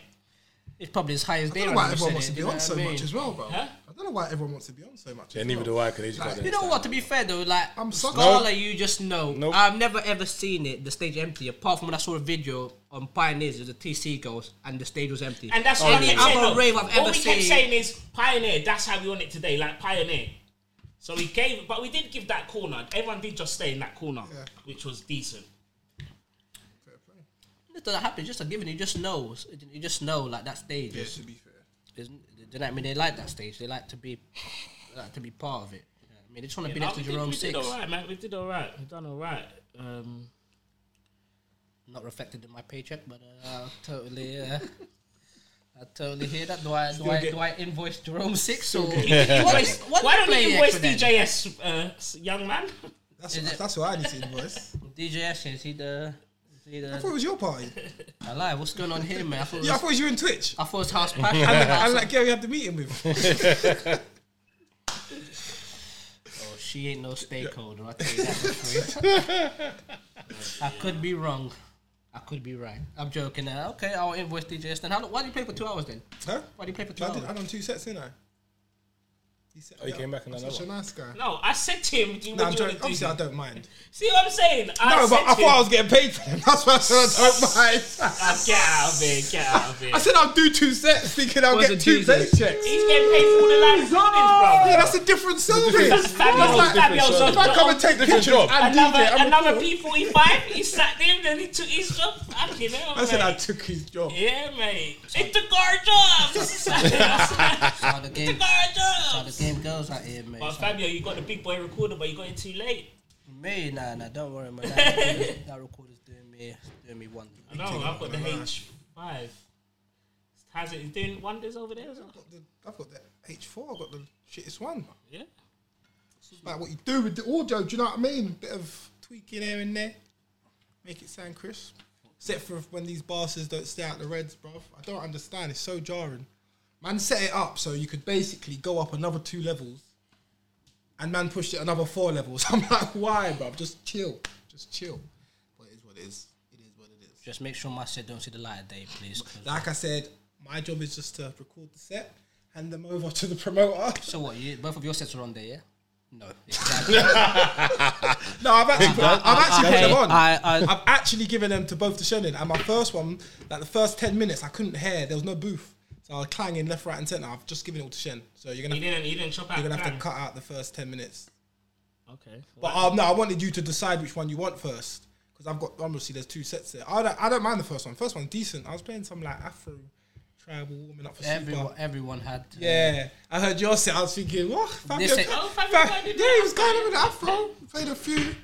Speaker 4: It's probably as high as
Speaker 2: I
Speaker 4: they
Speaker 2: don't
Speaker 4: are.
Speaker 2: know why
Speaker 4: as
Speaker 2: everyone
Speaker 4: you
Speaker 2: wants
Speaker 4: said
Speaker 2: to
Speaker 4: it,
Speaker 2: be
Speaker 4: you know
Speaker 2: on
Speaker 4: what
Speaker 2: so
Speaker 4: I mean?
Speaker 2: much as well, bro.
Speaker 5: Huh?
Speaker 2: I don't know why everyone wants to be on so much.
Speaker 6: Yeah,
Speaker 2: as
Speaker 6: neither
Speaker 2: well.
Speaker 6: do I. Cause they just got
Speaker 2: Like,
Speaker 6: their
Speaker 4: You know what? To be fair though, like I'm
Speaker 2: sorry.
Speaker 4: Scala, you just know.
Speaker 6: Nope.
Speaker 4: I've never ever seen it the stage empty, apart from when I saw a video on Pioneers as the TC goes and the stage was empty.
Speaker 5: And that's
Speaker 4: Oh,
Speaker 5: what
Speaker 4: yeah.
Speaker 5: we kept saying.
Speaker 4: Other
Speaker 5: look,
Speaker 4: rave I've
Speaker 5: all
Speaker 4: ever
Speaker 5: we kept
Speaker 4: seen.
Speaker 5: saying is pioneer. That's how we want it today, like pioneer. So we gave, but we did give that corner. Everyone did just stay in that corner, which was decent.
Speaker 4: Nothing that happens, just a given. You just know. You just know like that stage.
Speaker 2: Yeah,
Speaker 4: Is,
Speaker 2: to be fair.
Speaker 4: is, do you know what I mean? They like that stage. They like to be, they like to be part of it. You know what I mean, they just want to be
Speaker 5: No,
Speaker 4: next to
Speaker 5: Oh, we did-
Speaker 4: Jerome
Speaker 5: we did
Speaker 4: Six.
Speaker 5: all right, man. We did all right. We done all right. Um,
Speaker 4: Not reflected in my paycheck, but uh, I totally. Uh, I totally hear that. Do I do I, do I invoice Jerome Six or What- what
Speaker 5: why don't
Speaker 4: play
Speaker 5: you voice
Speaker 4: extra then?
Speaker 5: DJS, uh, s- young man?
Speaker 2: That's,
Speaker 4: Is it-
Speaker 2: that's what I need to invoice.
Speaker 4: DJ Ash, is he the? Is he
Speaker 2: I thought it
Speaker 4: the?
Speaker 2: was your party.
Speaker 4: I lie. What's going on here, man? I thought it
Speaker 2: Yeah, I
Speaker 4: was,
Speaker 2: thought it was you and Twitch.
Speaker 4: I thought it was House Passion.
Speaker 2: And like Gary had the meeting with.
Speaker 4: Oh, she ain't no stakeholder. I tell you that for free. I could be wrong. I could be right. I'm joking. Now. Okay, I'll invoice DJ Ash. Then how, why do you play for two hours then?
Speaker 2: huh?
Speaker 4: Why do you play for two
Speaker 2: I
Speaker 4: hours?
Speaker 2: did, I done two sets, didn't I? He set
Speaker 6: Oh, he
Speaker 2: me
Speaker 6: came
Speaker 2: up.
Speaker 6: back and
Speaker 2: I'm
Speaker 6: done
Speaker 2: Such a nice guy.
Speaker 5: No, I said to him, do you,
Speaker 2: No,
Speaker 5: what
Speaker 2: I'm
Speaker 5: do you want
Speaker 2: joking.
Speaker 5: to
Speaker 2: Obviously, I
Speaker 5: do?
Speaker 2: don't mind.
Speaker 5: See what I'm saying?
Speaker 2: No, but
Speaker 5: said
Speaker 2: I
Speaker 5: to him,
Speaker 2: thought I was getting paid for them. That's why I said I don't mind.
Speaker 5: "Ah, get out of here, get out of here.
Speaker 2: I said I'll do two sets thinking I'll
Speaker 4: Was
Speaker 2: get
Speaker 4: it
Speaker 2: two
Speaker 4: Jesus?
Speaker 2: paychecks.
Speaker 5: He's getting paid for all the live recordings, bro.
Speaker 2: Yeah, that's a
Speaker 5: That's
Speaker 2: different service.
Speaker 5: Fabio's
Speaker 2: like-
Speaker 5: Fabio's
Speaker 2: If I come and take
Speaker 6: Different
Speaker 2: pictures
Speaker 6: job.
Speaker 2: and
Speaker 5: another
Speaker 2: DJ, I'm
Speaker 5: another
Speaker 2: cool.
Speaker 5: P forty five. He sat there, then he took his job. Fucking hell,
Speaker 2: I said I
Speaker 5: mate.
Speaker 2: took his job.
Speaker 5: yeah, mate. They took our jobs.
Speaker 4: That's how the
Speaker 5: They
Speaker 4: game.
Speaker 5: took our
Speaker 4: How the
Speaker 5: jobs.
Speaker 4: game goes out here, man.
Speaker 5: But Fabio, you got the big boy recorder, but you got it too late.
Speaker 4: Me, nah, nah. Don't worry, man. That recorder's, that recorder's doing me, doing me one.
Speaker 5: I know. I've got the H five. How's it? It's doing wonders over there. isn't it?
Speaker 2: I've got the- I've got the H4. I've got the shittest one.
Speaker 5: Yeah.
Speaker 2: It's Like what you do with the audio, do you know what I mean? Bit of tweaking here and there, make it sound crisp. Except for when these bastards don't stay out the reds, bruv. I don't understand. It's so jarring. Man set it up so you could basically go up another two levels, and man pushed it another four levels. I'm like, why, bruv? Just chill, just chill. But it is what it is. It is what it is.
Speaker 4: Just make sure my shit don't see the light of day, please. 'cause-
Speaker 2: Like I said, my job is just to record the set, hand them over to the promoter.
Speaker 4: So what? You, both of your sets are on there, yeah? No. Exactly.
Speaker 2: No, I've actually, put, I've actually put them on.
Speaker 4: I- I-
Speaker 2: I've actually given them to both the Shannon. And my first one, like the first 10 minutes, I couldn't hear. There was no booth. So I was clanging left, right, and centre. I've just given it all to Shen. So you're
Speaker 5: He
Speaker 2: going to
Speaker 5: didn't. He didn't chop out.
Speaker 2: you're gonna have to
Speaker 5: plan.
Speaker 2: cut out the first 10 minutes.
Speaker 5: Okay.
Speaker 2: But um, no, I wanted you to decide which one you want first. Because I've got, obviously, there's two sets there. I don't, I don't mind the first one. First one's decent. I was playing some like Afro tribal warming up for
Speaker 4: everyone,
Speaker 2: Super.
Speaker 4: everyone had. uh, to-
Speaker 2: Yeah, I heard your set. I was thinking, what? Fabio,
Speaker 4: This set-
Speaker 5: Oh, Fabio
Speaker 2: Fab-
Speaker 5: Fabio did
Speaker 2: yeah, he
Speaker 5: that.
Speaker 2: was going over the Afro. Played a few.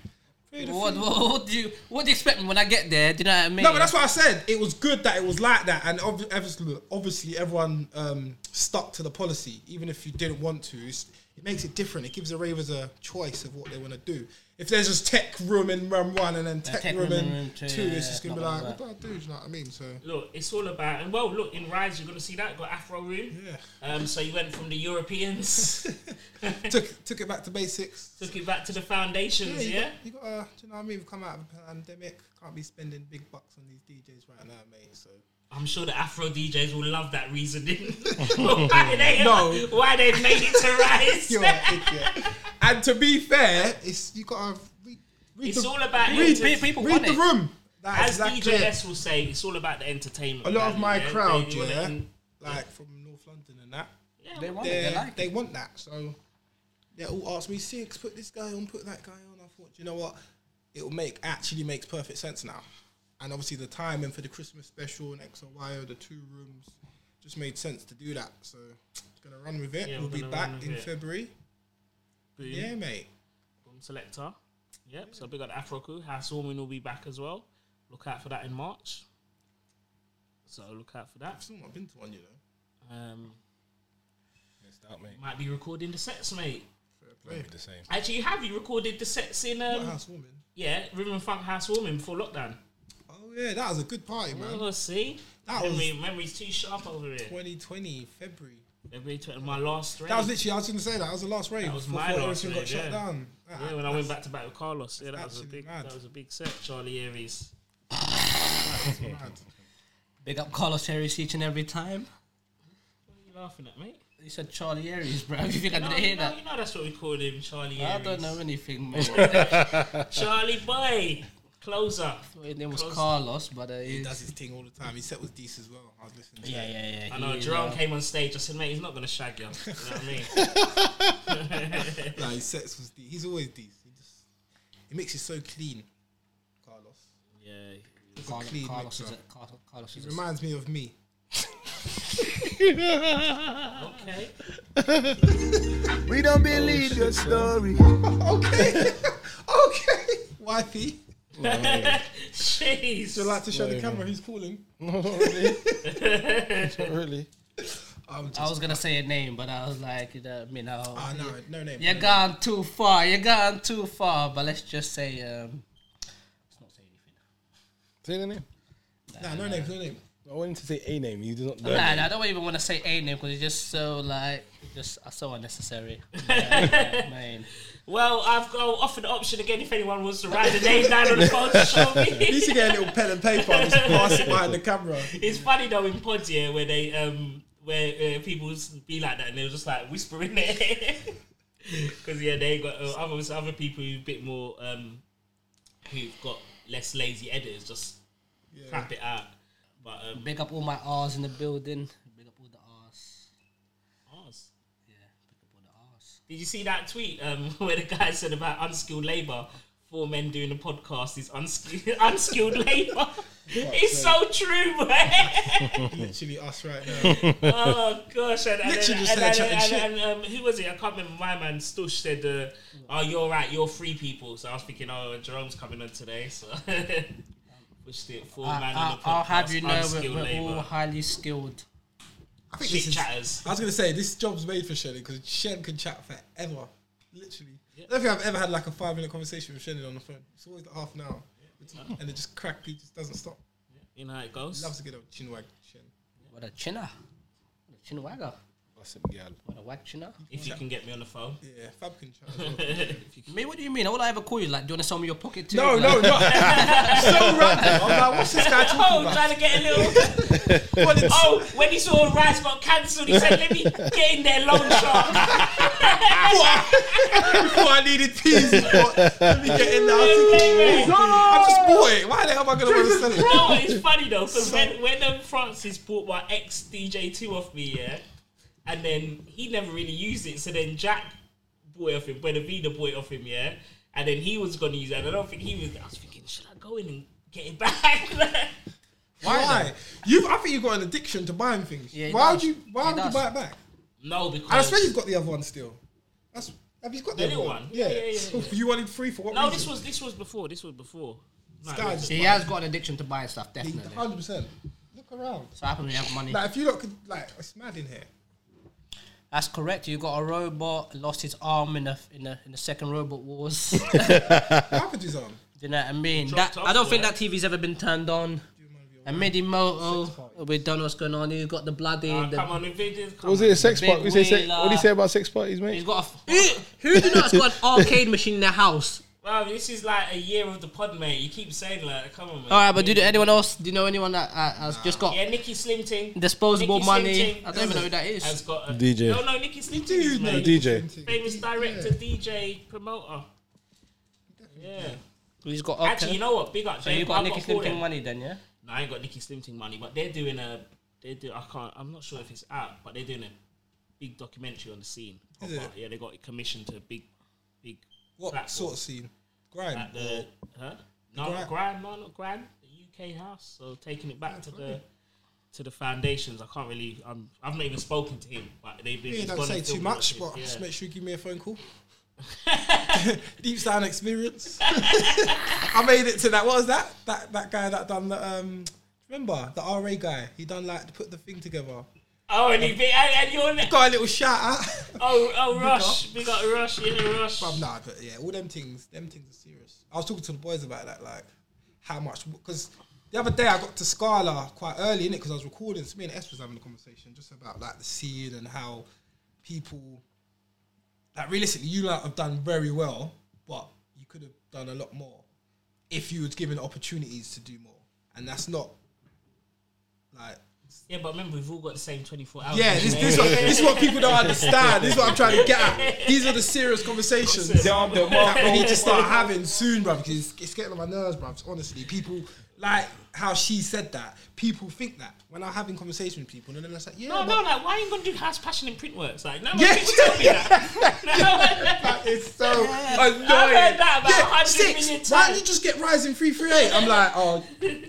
Speaker 2: Played a
Speaker 4: What,
Speaker 2: few.
Speaker 4: what, what do you What do you expect me when I get there? Do you know what I mean?
Speaker 2: No, but that's what I said. It was good that it was like that, and obvi- obviously, obviously everyone um, stuck to the policy, even if you didn't want to. It's, it makes it different. It gives the ravers a choice of what they want to do. If there's just tech room in room one and then tech,
Speaker 4: tech
Speaker 2: room,
Speaker 4: room in
Speaker 2: in
Speaker 4: room two,
Speaker 2: two,
Speaker 4: yeah,
Speaker 2: it's
Speaker 4: yeah,
Speaker 2: just gonna be
Speaker 4: blah,
Speaker 2: like,
Speaker 4: blah,
Speaker 2: what do
Speaker 4: blah.
Speaker 2: I do? You know what I mean? So
Speaker 5: Look, it's all about and well, look in Rise, you're gonna see that got Afro Room.
Speaker 2: Yeah.
Speaker 5: Um, so you went from the Europeans,
Speaker 2: took took it back to basics.
Speaker 5: took it back to the foundations.
Speaker 2: you
Speaker 5: Yeah,
Speaker 2: got, you got uh, do you know what I mean? We've come out of a pandemic. Can't be spending big bucks on these DJs right now, mate. So
Speaker 5: I'm sure the Afro DJs will love that reasoning. why did they?
Speaker 2: No.
Speaker 5: Why they made it to Rise?
Speaker 2: you're an idiot. And to be fair, it's you gotta read, read
Speaker 5: it's
Speaker 2: the,
Speaker 5: all about
Speaker 2: read,
Speaker 5: entertainment.
Speaker 2: the- read the room. That's
Speaker 5: As
Speaker 2: exactly
Speaker 5: DJ
Speaker 2: it.
Speaker 5: S will say, it's all about the entertainment.
Speaker 2: a lot of
Speaker 5: value,
Speaker 2: my
Speaker 5: yeah? They-
Speaker 2: crowd,
Speaker 5: they wanna
Speaker 2: yeah,
Speaker 5: en-
Speaker 2: like from North London and that,
Speaker 4: Oh, They want it.
Speaker 2: they
Speaker 4: They like it.
Speaker 2: they want that. So they all asked me, six, put this guy on, put that guy on. I thought, you know what, it'll make actually makes perfect sense now. And obviously the timing for the Christmas special and XOYO, the two rooms, just made sense to do that. So gonna run with it.
Speaker 5: Yeah,
Speaker 2: we'll
Speaker 5: we're
Speaker 2: be
Speaker 5: gonna
Speaker 2: back
Speaker 5: run with
Speaker 2: in
Speaker 5: it.
Speaker 2: February.
Speaker 5: Boom.
Speaker 2: Yeah, mate.
Speaker 5: Boom Selector. Yep, so big up the Afro crew. House Warming will be back as well. Look out for that in March. So look out for
Speaker 2: I've
Speaker 5: that.
Speaker 2: still not been to one, you know.
Speaker 5: Um,
Speaker 6: It's that, mate.
Speaker 5: might be recording the sets, mate.
Speaker 6: Might be the same.
Speaker 5: Actually, have you recorded the sets in
Speaker 2: What
Speaker 5: um,
Speaker 2: house woman?
Speaker 5: yeah Rhythm and Funk House Warming before lockdown?
Speaker 2: Oh yeah, that was a good party, man.
Speaker 5: Oh, see,
Speaker 2: Hmm. That
Speaker 5: memory, memory's too sharp over here.
Speaker 2: 2020 February.
Speaker 5: February 20, my last rave.
Speaker 2: That was literally. I was gonna say that. That was the last rave.
Speaker 5: was
Speaker 2: before
Speaker 5: my last
Speaker 2: everything
Speaker 5: rave,
Speaker 2: got
Speaker 5: yeah.
Speaker 2: shut down. Ah,
Speaker 5: yeah, when I went back to back with Carlos, yeah, that was a
Speaker 2: absolutely
Speaker 5: big,
Speaker 2: mad.
Speaker 5: that was a big set. Charlie Aries.
Speaker 2: that's mad.
Speaker 4: Big up Carlos Harris each and every time.
Speaker 5: What are you laughing at, mate?
Speaker 4: He said Charlie Aries, bro. You think I
Speaker 5: No,
Speaker 4: didn't
Speaker 5: you
Speaker 4: hear
Speaker 5: know,
Speaker 4: that?
Speaker 5: you know that's what we called him, Charlie
Speaker 4: I
Speaker 5: Aries.
Speaker 4: don't know anything, man.
Speaker 5: Charlie Boy, closer.
Speaker 4: His name was
Speaker 5: Close.
Speaker 4: Carlos, but uh,
Speaker 2: He
Speaker 4: he-
Speaker 2: does his thing all the time. His set was decent as well. I was listening. To
Speaker 4: yeah,
Speaker 2: it.
Speaker 4: yeah, yeah.
Speaker 5: I know
Speaker 4: he-
Speaker 5: Jerome
Speaker 4: uh,
Speaker 5: came on stage. I said, mate, he's not gonna shag you. You know what I mean?
Speaker 2: Nah, his sets was. De- he's always decent. He just he makes it so clean. Carlos.
Speaker 5: yeah.
Speaker 2: It's a
Speaker 4: Carlos,
Speaker 2: clean
Speaker 4: Carlos is
Speaker 2: mixer.
Speaker 4: a Carlos, Carlos is
Speaker 2: It
Speaker 4: a
Speaker 2: reminds me of me.
Speaker 5: Okay.
Speaker 10: We don't believe your story.
Speaker 2: okay. okay. Wifey.
Speaker 5: Jeez.
Speaker 2: Would you like to show the camera who's calling?
Speaker 6: Not really.
Speaker 2: I'm just.
Speaker 4: I was gonna say a name, but I was like, you know, I mean, I'll-
Speaker 2: Ah, no, no name.
Speaker 4: you're
Speaker 2: no name.
Speaker 4: gone too far. You're gone too far. But let's just say, um, let's not say anything.
Speaker 6: Say the name.
Speaker 2: Nah, no name. No name.
Speaker 6: I wanted to say a name. You did not. know.
Speaker 4: Nah, nah, I don't even want to say a name because it's just so like, just uh, so unnecessary. man.
Speaker 5: Well, I've got offered the option again if anyone wants to write the name down on the phone to show
Speaker 2: You
Speaker 5: me.
Speaker 2: used to get a little pen and paper and just pass it behind the camera.
Speaker 5: It's funny though in pods yeah, where they um where uh, people just be like that and they're just like whispering it because yeah they got uh, other other people who a bit more um who've got less lazy editors just crap it out. But um,
Speaker 4: Big up all my R's in the building. Big up all the R's.
Speaker 5: ours.
Speaker 4: Yeah, big up all the R's.
Speaker 5: did you see that tweet um where the guy said about unskilled labour? Four men doing a podcast is unskilled unskilled labour. It's so true, man.
Speaker 2: Literally us right now.
Speaker 5: Oh gosh! And, and,
Speaker 2: Literally
Speaker 5: and,
Speaker 2: just
Speaker 5: and,
Speaker 2: there
Speaker 5: and,
Speaker 2: chatting
Speaker 5: and, um, who was it? I can't remember. My man Stush said, uh, "Oh, you're right. You're three people." So I was thinking, "Oh, Jerome's coming on today." So pushed it. Four man on
Speaker 4: I,
Speaker 5: the podcast.
Speaker 4: I, will have you know, we're,
Speaker 5: unskilled
Speaker 4: we're all
Speaker 5: labour.
Speaker 4: highly skilled.
Speaker 2: I think
Speaker 5: Shit
Speaker 2: this is-
Speaker 5: chatters.
Speaker 2: I was gonna say this job's made for Shannon because Shen can chat forever, literally. I don't think I've ever had like a five minute conversation with Shannon on the phone. It's always like half an hour, and it just crack. He just doesn't stop.
Speaker 5: You know how it goes.
Speaker 2: Loves to get on chinwag Shen.
Speaker 4: What a chinner. What a chinwagger.
Speaker 6: Gossip girl.
Speaker 4: What a wag chinner.
Speaker 5: if you can get me on the phone,
Speaker 2: Yeah, Fab can chat. As well.
Speaker 4: Mate, what do you mean? All I ever call you like, do you want to sell me your pocket too?
Speaker 2: no,
Speaker 4: Like,
Speaker 2: no, no. so random. I'm like, what's this guy talking
Speaker 5: oh,
Speaker 2: about?
Speaker 5: trying to get a little.
Speaker 2: What is-
Speaker 5: Oh, when he saw Raz got cancelled, he said, "Let me get in there, long shot."
Speaker 2: Before I needed peas, but let me get in there. I was thinking, I just bought it. Why the hell am I gonna want to sell it?
Speaker 5: Bro, it's funny though, because when, when um, Francis bought my ex DJ two off me, yeah, and then he never really used it, so then Jack bought it off him, Benavida bought it off him, yeah, and then he was gonna use it, and I don't think he was. I was thinking, should I go in and get it back?
Speaker 2: Why? You, I think you've got an addiction to buying things.
Speaker 4: Yeah, he
Speaker 2: why
Speaker 4: does.
Speaker 2: would you? Why
Speaker 4: He
Speaker 2: would you
Speaker 4: does.
Speaker 2: buy it back?
Speaker 5: no, because
Speaker 2: And I swear you've got the other one still. That's have you got the,
Speaker 5: The
Speaker 2: other
Speaker 5: little
Speaker 2: one?
Speaker 5: one? Yeah, yeah, yeah,
Speaker 2: So
Speaker 5: yeah.
Speaker 2: You wanted three for what?
Speaker 5: no,
Speaker 2: reason?
Speaker 5: this was this was before. This was before. No,
Speaker 2: Sky
Speaker 5: it was-
Speaker 2: just
Speaker 4: He has got an addiction to buying stuff, definitely.
Speaker 2: hundred percent. Look around.
Speaker 4: So I happen to have money.
Speaker 2: Like if you look, like it's mad in here.
Speaker 4: That's correct. You got a robot lost his arm in the in the in the second robot wars.
Speaker 2: What um, happened to his arm?
Speaker 4: Do you know what I mean?
Speaker 5: Dropped
Speaker 4: That,
Speaker 5: off,
Speaker 4: I don't think
Speaker 5: yeah.
Speaker 4: that TV's ever been turned on. And Midimoto, we don't know what's going on. You got the bloody.
Speaker 5: Ah,
Speaker 4: the,
Speaker 5: come on, invaders. Come
Speaker 6: was
Speaker 5: on.
Speaker 6: it a sex
Speaker 4: big
Speaker 6: party? What did
Speaker 4: wheeler.
Speaker 6: he say about sex parties,
Speaker 4: He's
Speaker 6: mate?
Speaker 4: got a. Who, who do you know has got an arcade machine in their house?
Speaker 5: Wow, this is like a year of the pod, mate. You keep saying like, that. come on, man.
Speaker 4: All right, but do anyone else? Do you know anyone that uh, has just got
Speaker 5: Yeah, Nikki Slimting.
Speaker 4: disposable
Speaker 5: Nikki
Speaker 4: money?
Speaker 5: Slimting
Speaker 4: I don't even know who that
Speaker 5: Has
Speaker 4: is.
Speaker 5: got a
Speaker 6: DJ.
Speaker 5: No, no, Nikki Slimting. is, mate.
Speaker 6: DJ.
Speaker 5: famous director, DJ, promoter. Yeah.
Speaker 4: He's got
Speaker 5: Actually, you know what? Big up.
Speaker 4: So you
Speaker 5: Jay.
Speaker 4: got
Speaker 5: I've
Speaker 4: Nicky
Speaker 5: to call
Speaker 4: Slimton
Speaker 5: them.
Speaker 4: money then, yeah?
Speaker 5: No, I ain't got Nicky Slimting money, but they're doing a. They do. I can't. I'm not sure if it's out, but they're doing a big documentary on the scene.
Speaker 2: Is it?
Speaker 5: Yeah, they got it commissioned to a big, big.
Speaker 2: What
Speaker 5: platform
Speaker 2: sort of scene? Grime.
Speaker 5: At the huh? No,
Speaker 2: Grand-
Speaker 5: not grand. No, not grand. The UK house. So taking it back to the. To the foundations, I can't really. Um, I've not even spoken to him, but they've been.
Speaker 2: Yeah,
Speaker 5: he's
Speaker 2: don't
Speaker 5: gone
Speaker 2: say
Speaker 5: and
Speaker 2: too
Speaker 5: filmed
Speaker 2: much,
Speaker 5: it.
Speaker 2: but
Speaker 5: Yeah.
Speaker 2: just make sure you give me a phone call. Deep sound experience. I made it to that. What was that? That that guy that done the um. Remember the RA guy? He done like put the thing together.
Speaker 5: Oh, and, he, and, and you're ne-
Speaker 2: Got a little shout out.
Speaker 5: Oh, oh, Rush. We got Rush. Yeah, Rush.
Speaker 2: Bruv, nah, but yeah, all them things, them things are serious. I was talking to the boys about that, like how much because the other day I got to Scala quite early in it because I was recording. So me and S was having a conversation just about like the scene and how people, like realistically, you like have done very well, but you could have done a lot more if you was given opportunities to do more, and that's not like.
Speaker 5: Yeah, but remember, we've all got the same 24 hours.
Speaker 2: Yeah, this, this, is what, this is what people don't understand. This is what I'm trying to get at. These are the serious conversations that we need to start having soon, bruv, because it's, it's getting on my nerves, bruv. Honestly, people like how she said that. People think that when I'm having conversations with people, and then it's like, yeah,
Speaker 5: No, no,
Speaker 2: but-
Speaker 5: like, why are you going to do House Passion and Printworks? Like, no, yeah,
Speaker 2: Yeah,
Speaker 5: people tell me that.
Speaker 2: That is so annoying.
Speaker 5: I've heard that about
Speaker 2: Yeah,
Speaker 5: 100
Speaker 2: six.
Speaker 5: million
Speaker 2: Why don't you
Speaker 5: times.
Speaker 2: just get Rising 338? I'm like, oh,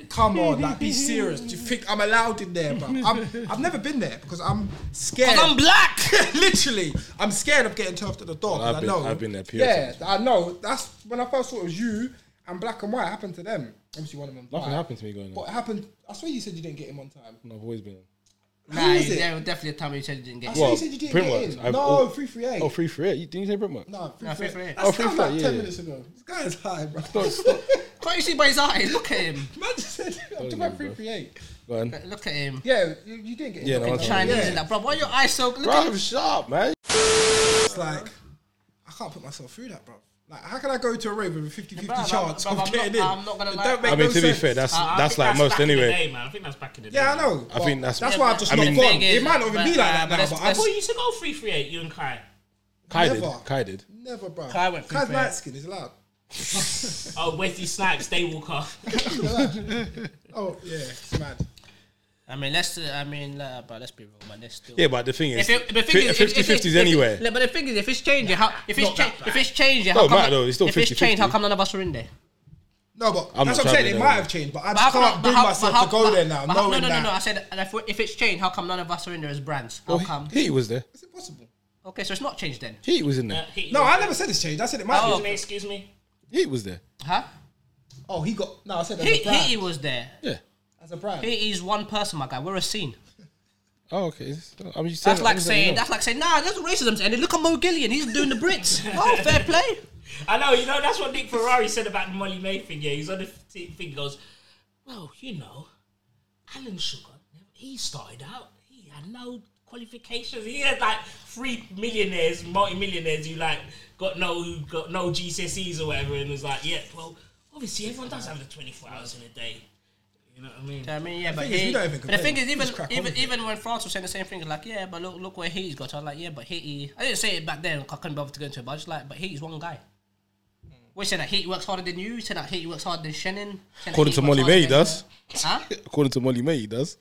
Speaker 2: come on, like, be serious. Do you think I'm allowed in there, bro? I'm, I've never been there because I'm scared.
Speaker 4: I'm black!
Speaker 2: Literally, I'm scared of getting turfed at the door. 'cause
Speaker 6: I've been-
Speaker 2: I know.
Speaker 6: I've been there pure
Speaker 2: Yeah,
Speaker 6: times.
Speaker 2: I know. That's when I first saw it was you and black and white happened to them. Obviously, one of them.
Speaker 6: Nothing
Speaker 2: died.
Speaker 6: happened to me going
Speaker 2: What
Speaker 6: on.
Speaker 2: happened? I swear you said you didn't get him on time.
Speaker 6: I've always been.
Speaker 4: Nah,
Speaker 2: is it?
Speaker 4: there was definitely a time you said you didn't
Speaker 2: I
Speaker 4: get it.
Speaker 2: swear you
Speaker 6: Well,
Speaker 2: said you didn't
Speaker 6: Printworks,
Speaker 2: get in.
Speaker 6: I've
Speaker 2: no,
Speaker 6: al-
Speaker 2: three three eight.
Speaker 6: Oh, free for it? Didn't you say Britmark?
Speaker 2: No, three
Speaker 4: No,
Speaker 2: three
Speaker 4: 338.
Speaker 2: eight.
Speaker 4: Oh,
Speaker 2: That's
Speaker 6: three
Speaker 2: not
Speaker 6: three
Speaker 2: like
Speaker 6: eight,
Speaker 2: ten
Speaker 6: yeah,
Speaker 2: minutes ago. This guy is high, bro.
Speaker 4: Can't you see by his eyes? Look at him.
Speaker 2: Man just said I'm talking about three three eight.
Speaker 6: Go on.
Speaker 4: Look at him.
Speaker 2: Yeah, you, you didn't get in.
Speaker 6: Yeah, no, I
Speaker 4: And
Speaker 6: don't.
Speaker 4: Chinese
Speaker 2: Yeah.
Speaker 4: and that, bro. Why are your eyes so? Look
Speaker 6: Bro,
Speaker 4: at
Speaker 6: I'm sharp, man.
Speaker 2: It's like I can't put myself through that, bro. Like, how can I go to a rave with a 50 50
Speaker 4: Bruh, I'm-
Speaker 2: chance
Speaker 4: bruh,
Speaker 2: of
Speaker 4: I'm not-
Speaker 2: getting in?
Speaker 4: I'm not gonna
Speaker 2: It
Speaker 4: lie.
Speaker 2: don't make
Speaker 4: I
Speaker 6: I mean,
Speaker 2: no
Speaker 6: to be
Speaker 2: sense.
Speaker 6: fair, that's
Speaker 5: I
Speaker 6: that's
Speaker 5: think
Speaker 6: like most
Speaker 5: back in the
Speaker 6: anyway.
Speaker 5: day, man. I think that's back in the day.
Speaker 2: Yeah, I
Speaker 5: man.
Speaker 2: know.
Speaker 6: I
Speaker 2: but
Speaker 6: think that's-
Speaker 2: that's
Speaker 6: Yeah,
Speaker 2: why
Speaker 4: but-
Speaker 2: I've just
Speaker 4: I
Speaker 2: not
Speaker 4: mean,
Speaker 2: gone.
Speaker 4: thing is-
Speaker 2: It might not even be
Speaker 4: but-
Speaker 2: like that
Speaker 4: but
Speaker 2: now,
Speaker 4: that's-
Speaker 2: but I
Speaker 4: that's-
Speaker 5: Well, you used to go 338, you and Kai.
Speaker 6: Kai did.
Speaker 2: Never.
Speaker 6: Kai did.
Speaker 2: never, bro.
Speaker 4: Kai went through
Speaker 2: Kai's
Speaker 4: fair.
Speaker 2: light skin is allowed.
Speaker 5: Oh, Wesley Snipes, Day Walker.
Speaker 2: Oh yeah, it's mad.
Speaker 4: I mean, let's. uh, I mean, like, but let's be real, man. There's still.
Speaker 6: Yeah, but the thing
Speaker 4: If
Speaker 6: is,
Speaker 4: it, but the thing is, if- if-
Speaker 6: 50
Speaker 4: if-
Speaker 6: 50s
Speaker 4: if-
Speaker 6: anywhere.
Speaker 4: Yeah, But the thing is, if it's changing, how if it's
Speaker 5: Not that
Speaker 4: cha-
Speaker 5: bad.
Speaker 4: if it's changing,
Speaker 6: No,
Speaker 4: how come?
Speaker 6: matter though, it's still
Speaker 4: if it's
Speaker 6: 50-50.
Speaker 4: changed, how come none of us are in there?
Speaker 2: No, but
Speaker 6: I'm
Speaker 2: that's what
Speaker 6: not
Speaker 2: I'm saying. It
Speaker 6: travelling
Speaker 2: might
Speaker 6: there.
Speaker 2: have changed, but I
Speaker 4: But how
Speaker 2: just
Speaker 4: come-
Speaker 2: can't
Speaker 4: but
Speaker 2: bring
Speaker 4: how-
Speaker 2: myself
Speaker 4: but
Speaker 2: to
Speaker 4: how-
Speaker 2: go there
Speaker 4: but-
Speaker 2: now,
Speaker 4: but how-
Speaker 2: knowing
Speaker 4: no, no, no, no. I
Speaker 2: that
Speaker 4: said, and if we- if it's changed, how come none of us are in there as brands? How
Speaker 6: Well,
Speaker 4: come?
Speaker 6: he, he was there.
Speaker 2: it's impossible.
Speaker 4: Okay, so it's not changed then,
Speaker 6: He was in there.
Speaker 2: No, I never said it's changed. I said it might.
Speaker 4: Oh.
Speaker 2: Oh,
Speaker 5: Excuse me, excuse me.
Speaker 6: He was there.
Speaker 4: huh?
Speaker 2: oh he got. No, I said as
Speaker 4: He
Speaker 2: a brand.
Speaker 4: he was there.
Speaker 6: Yeah.
Speaker 2: as a brand.
Speaker 4: He is one person, my guy. We're a scene.
Speaker 6: Oh, okay. I mean, you said
Speaker 4: That's
Speaker 6: it,
Speaker 4: like
Speaker 6: I'm just
Speaker 4: saying
Speaker 6: you know.
Speaker 4: that's like saying nah, that's racism's ended. Look at Mo Gillian, he's doing the Brits. Oh, fair play.
Speaker 5: I know, you know, that's what Nick Ferrari said about the Molly May thing. Yeah, he's on the f- thing, he goes, well, you know, Alan Sugar, he started out, he had no qualifications. He had like three millionaires, multi-millionaires who like got no who got no GCSEs or whatever, and was like, yeah, well, obviously everyone does have the 24 hours in a day. You know what I mean?
Speaker 4: I mean, yeah, but,
Speaker 2: thing is,
Speaker 4: he,
Speaker 2: we don't even
Speaker 4: but the thing
Speaker 2: complain.
Speaker 4: is,
Speaker 2: We
Speaker 4: even
Speaker 2: just crack on
Speaker 4: even
Speaker 2: with it.
Speaker 4: even when France was saying the same thing, like yeah, but look look where he's got. I was like yeah, but he I didn't say it back then. 'cause I couldn't bother to go into it, but I was just like, but he's one guy. We're saying that he works harder than you. Saying that he works harder than Shannon. saying that
Speaker 6: According
Speaker 4: Heat
Speaker 6: to
Speaker 4: works
Speaker 6: Molly
Speaker 4: harder
Speaker 6: May, he
Speaker 4: than-
Speaker 6: does.
Speaker 4: Huh?
Speaker 6: According to Molly May, he does.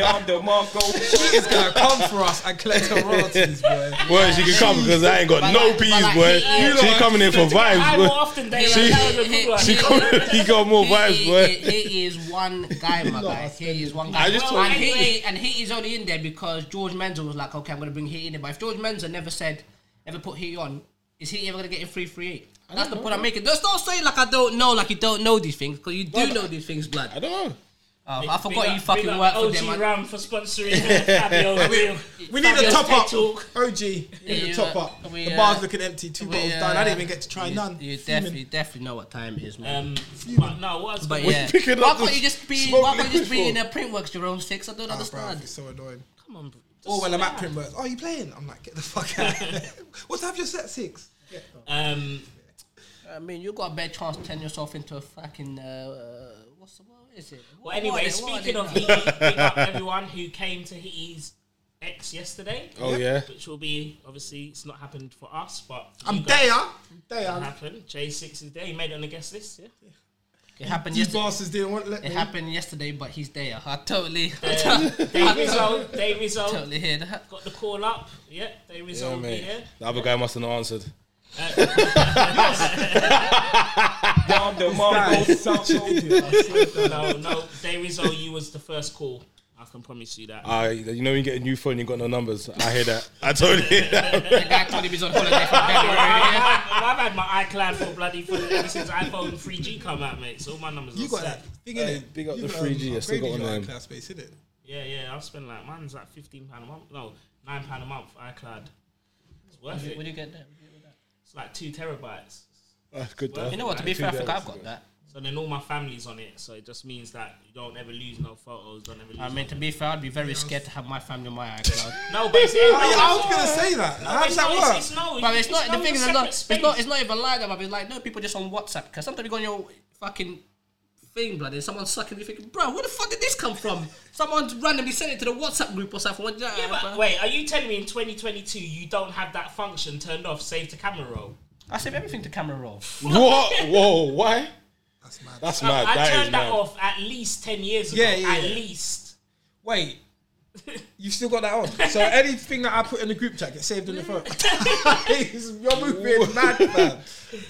Speaker 2: She is gonna come for us and collect her royalties, boy.
Speaker 6: Well, she can come because I ain't got no
Speaker 4: like- but
Speaker 6: peas,
Speaker 4: like,
Speaker 6: boy.
Speaker 4: he-
Speaker 6: She coming in for vibes,
Speaker 5: I more
Speaker 6: boy.
Speaker 5: often they
Speaker 4: She-
Speaker 5: like, that was a good one.
Speaker 4: he-
Speaker 6: She coming, he got more vibes,
Speaker 4: he,
Speaker 6: boy.
Speaker 4: he- he is one guy, my guy. He is one guy.
Speaker 6: I just
Speaker 4: and,
Speaker 6: told
Speaker 5: you.
Speaker 4: he, and he is only in there because George Menzel was like, okay, I'm going to bring Heat in there. But if George Menzel never said, never put Heat on, is he ever going to get in 338? That's the point I'm making. Just don't say like I don't know, like you don't know these things, because you do know these things, blood.
Speaker 6: I don't know.
Speaker 4: Oh,
Speaker 5: Big-
Speaker 4: I
Speaker 5: big
Speaker 4: forgot you
Speaker 5: up-
Speaker 4: fucking
Speaker 5: big up
Speaker 4: work for
Speaker 5: OG
Speaker 4: them. man.
Speaker 5: Ram for sponsoring Fabio. Real.
Speaker 2: We need a
Speaker 5: Fabio's
Speaker 2: top
Speaker 5: Tech
Speaker 2: up.
Speaker 5: Talk.
Speaker 2: OG, we need
Speaker 4: you,
Speaker 2: a top
Speaker 4: uh,
Speaker 2: up.
Speaker 4: we,
Speaker 2: the
Speaker 4: uh,
Speaker 2: bar's looking empty. Two
Speaker 4: We,
Speaker 2: bottles
Speaker 4: uh,
Speaker 2: down. I didn't even get to try
Speaker 4: you,
Speaker 2: none.
Speaker 4: You
Speaker 2: Fuming.
Speaker 4: definitely, definitely know what time it is, man.
Speaker 5: Um, but no, what I was
Speaker 4: but
Speaker 5: gonna-
Speaker 4: yeah,
Speaker 6: picking
Speaker 4: why
Speaker 6: up
Speaker 4: can't
Speaker 6: the
Speaker 4: you just be?
Speaker 6: smoke
Speaker 4: Why can't you just be
Speaker 6: liquid
Speaker 4: in a printworks Jerome Six? I don't
Speaker 2: Ah, bruv,
Speaker 4: understand.
Speaker 2: it's so annoying.
Speaker 4: Come on, bro.
Speaker 2: Or when I'm at Primrose, oh, you playing? I'm like, get the fuck out. what time your set six?
Speaker 5: Um,
Speaker 4: I mean, you got a better chance to turn yourself into a fucking uh, uh, what's the what is it?
Speaker 5: well,
Speaker 4: What-
Speaker 5: anyway,
Speaker 4: what are they- what are
Speaker 5: speaking
Speaker 4: they
Speaker 5: of
Speaker 4: now?
Speaker 5: Hitty, big up everyone who came to Hitty's ex yesterday,
Speaker 6: Oh yeah.
Speaker 5: which will be obviously it's not happened for us, but
Speaker 2: I'm
Speaker 5: you guys-
Speaker 2: there. I'm
Speaker 5: It
Speaker 2: there.
Speaker 5: happened. J6 is there. He made it on the guest list. Yeah.
Speaker 4: it happened
Speaker 2: These
Speaker 4: yesterday.
Speaker 2: bastards didn't want to let
Speaker 4: It
Speaker 2: me.
Speaker 4: happened yesterday, but he's there. I totally,
Speaker 5: Dave
Speaker 4: I
Speaker 5: Rizzo. Dave Rizzo
Speaker 4: totally hear that.
Speaker 5: got the call up. Yeah. Dave Rizzo
Speaker 6: Yeah,
Speaker 5: will be
Speaker 6: mate.
Speaker 5: here.
Speaker 6: The other guy must have not answered.
Speaker 5: No, no. Dave Rizzo, you was the first call. I can promise you that.
Speaker 6: I, you know, when you get a new phone, you got no numbers. I hear that. I totally hear that.
Speaker 4: The guy told him he's on holiday from
Speaker 5: I've,
Speaker 4: February. yeah?
Speaker 5: I've had my iCloud for bloody for ever since iPhone 3G come out, mate. So all my numbers
Speaker 2: You
Speaker 5: are
Speaker 2: got
Speaker 5: set.
Speaker 2: that thing in
Speaker 6: Hey,
Speaker 2: it.
Speaker 6: big up the 3G, I still got one of them.
Speaker 2: Class space in it.
Speaker 5: Yeah, yeah. I've spent like mine's like fifteen pound a month. No, nine pound a month iCloud. It's worth
Speaker 4: Where
Speaker 5: it.
Speaker 4: do you get that?
Speaker 5: It's like two terabytes.
Speaker 6: That's good though.
Speaker 4: You know what? To be fair, I think I've got that.
Speaker 5: So then all my family's on it. So it just means that you don't ever lose no photos. Don't ever lose.
Speaker 4: I mean, to be fair, I'd be very scared to have my family on my iCloud.
Speaker 5: no, but it's, no,
Speaker 2: Oh, yeah, I
Speaker 5: it's-
Speaker 2: was gonna say that. How does
Speaker 5: it's-
Speaker 2: that
Speaker 5: it's-
Speaker 2: work?
Speaker 5: It's, no,
Speaker 4: But it's not the
Speaker 5: no
Speaker 4: thing is, it's
Speaker 5: separate
Speaker 4: not, it's
Speaker 5: space.
Speaker 4: not it's not even like that. But it's like no people just on WhatsApp because sometimes you go on your fucking thing, blood, and someone's sucking. You think, bro, where the fuck did this come from? Someone's randomly sent it to the WhatsApp group or something. What-
Speaker 5: Yeah, but
Speaker 4: bruh.
Speaker 5: wait, are you telling me in 2022 you don't have that function turned off, save to camera roll?
Speaker 4: I save everything to camera roll.
Speaker 6: What? Whoa! Why?
Speaker 2: That's mad.
Speaker 6: That's mad.
Speaker 5: I
Speaker 6: that is
Speaker 5: turned that
Speaker 6: mad.
Speaker 5: off at least 10 years ago.
Speaker 2: Yeah, yeah,
Speaker 5: At
Speaker 2: yeah.
Speaker 5: least.
Speaker 2: Wait, you still got that on? So anything that I put in the group chat gets saved in the phone. You're moving mad, man.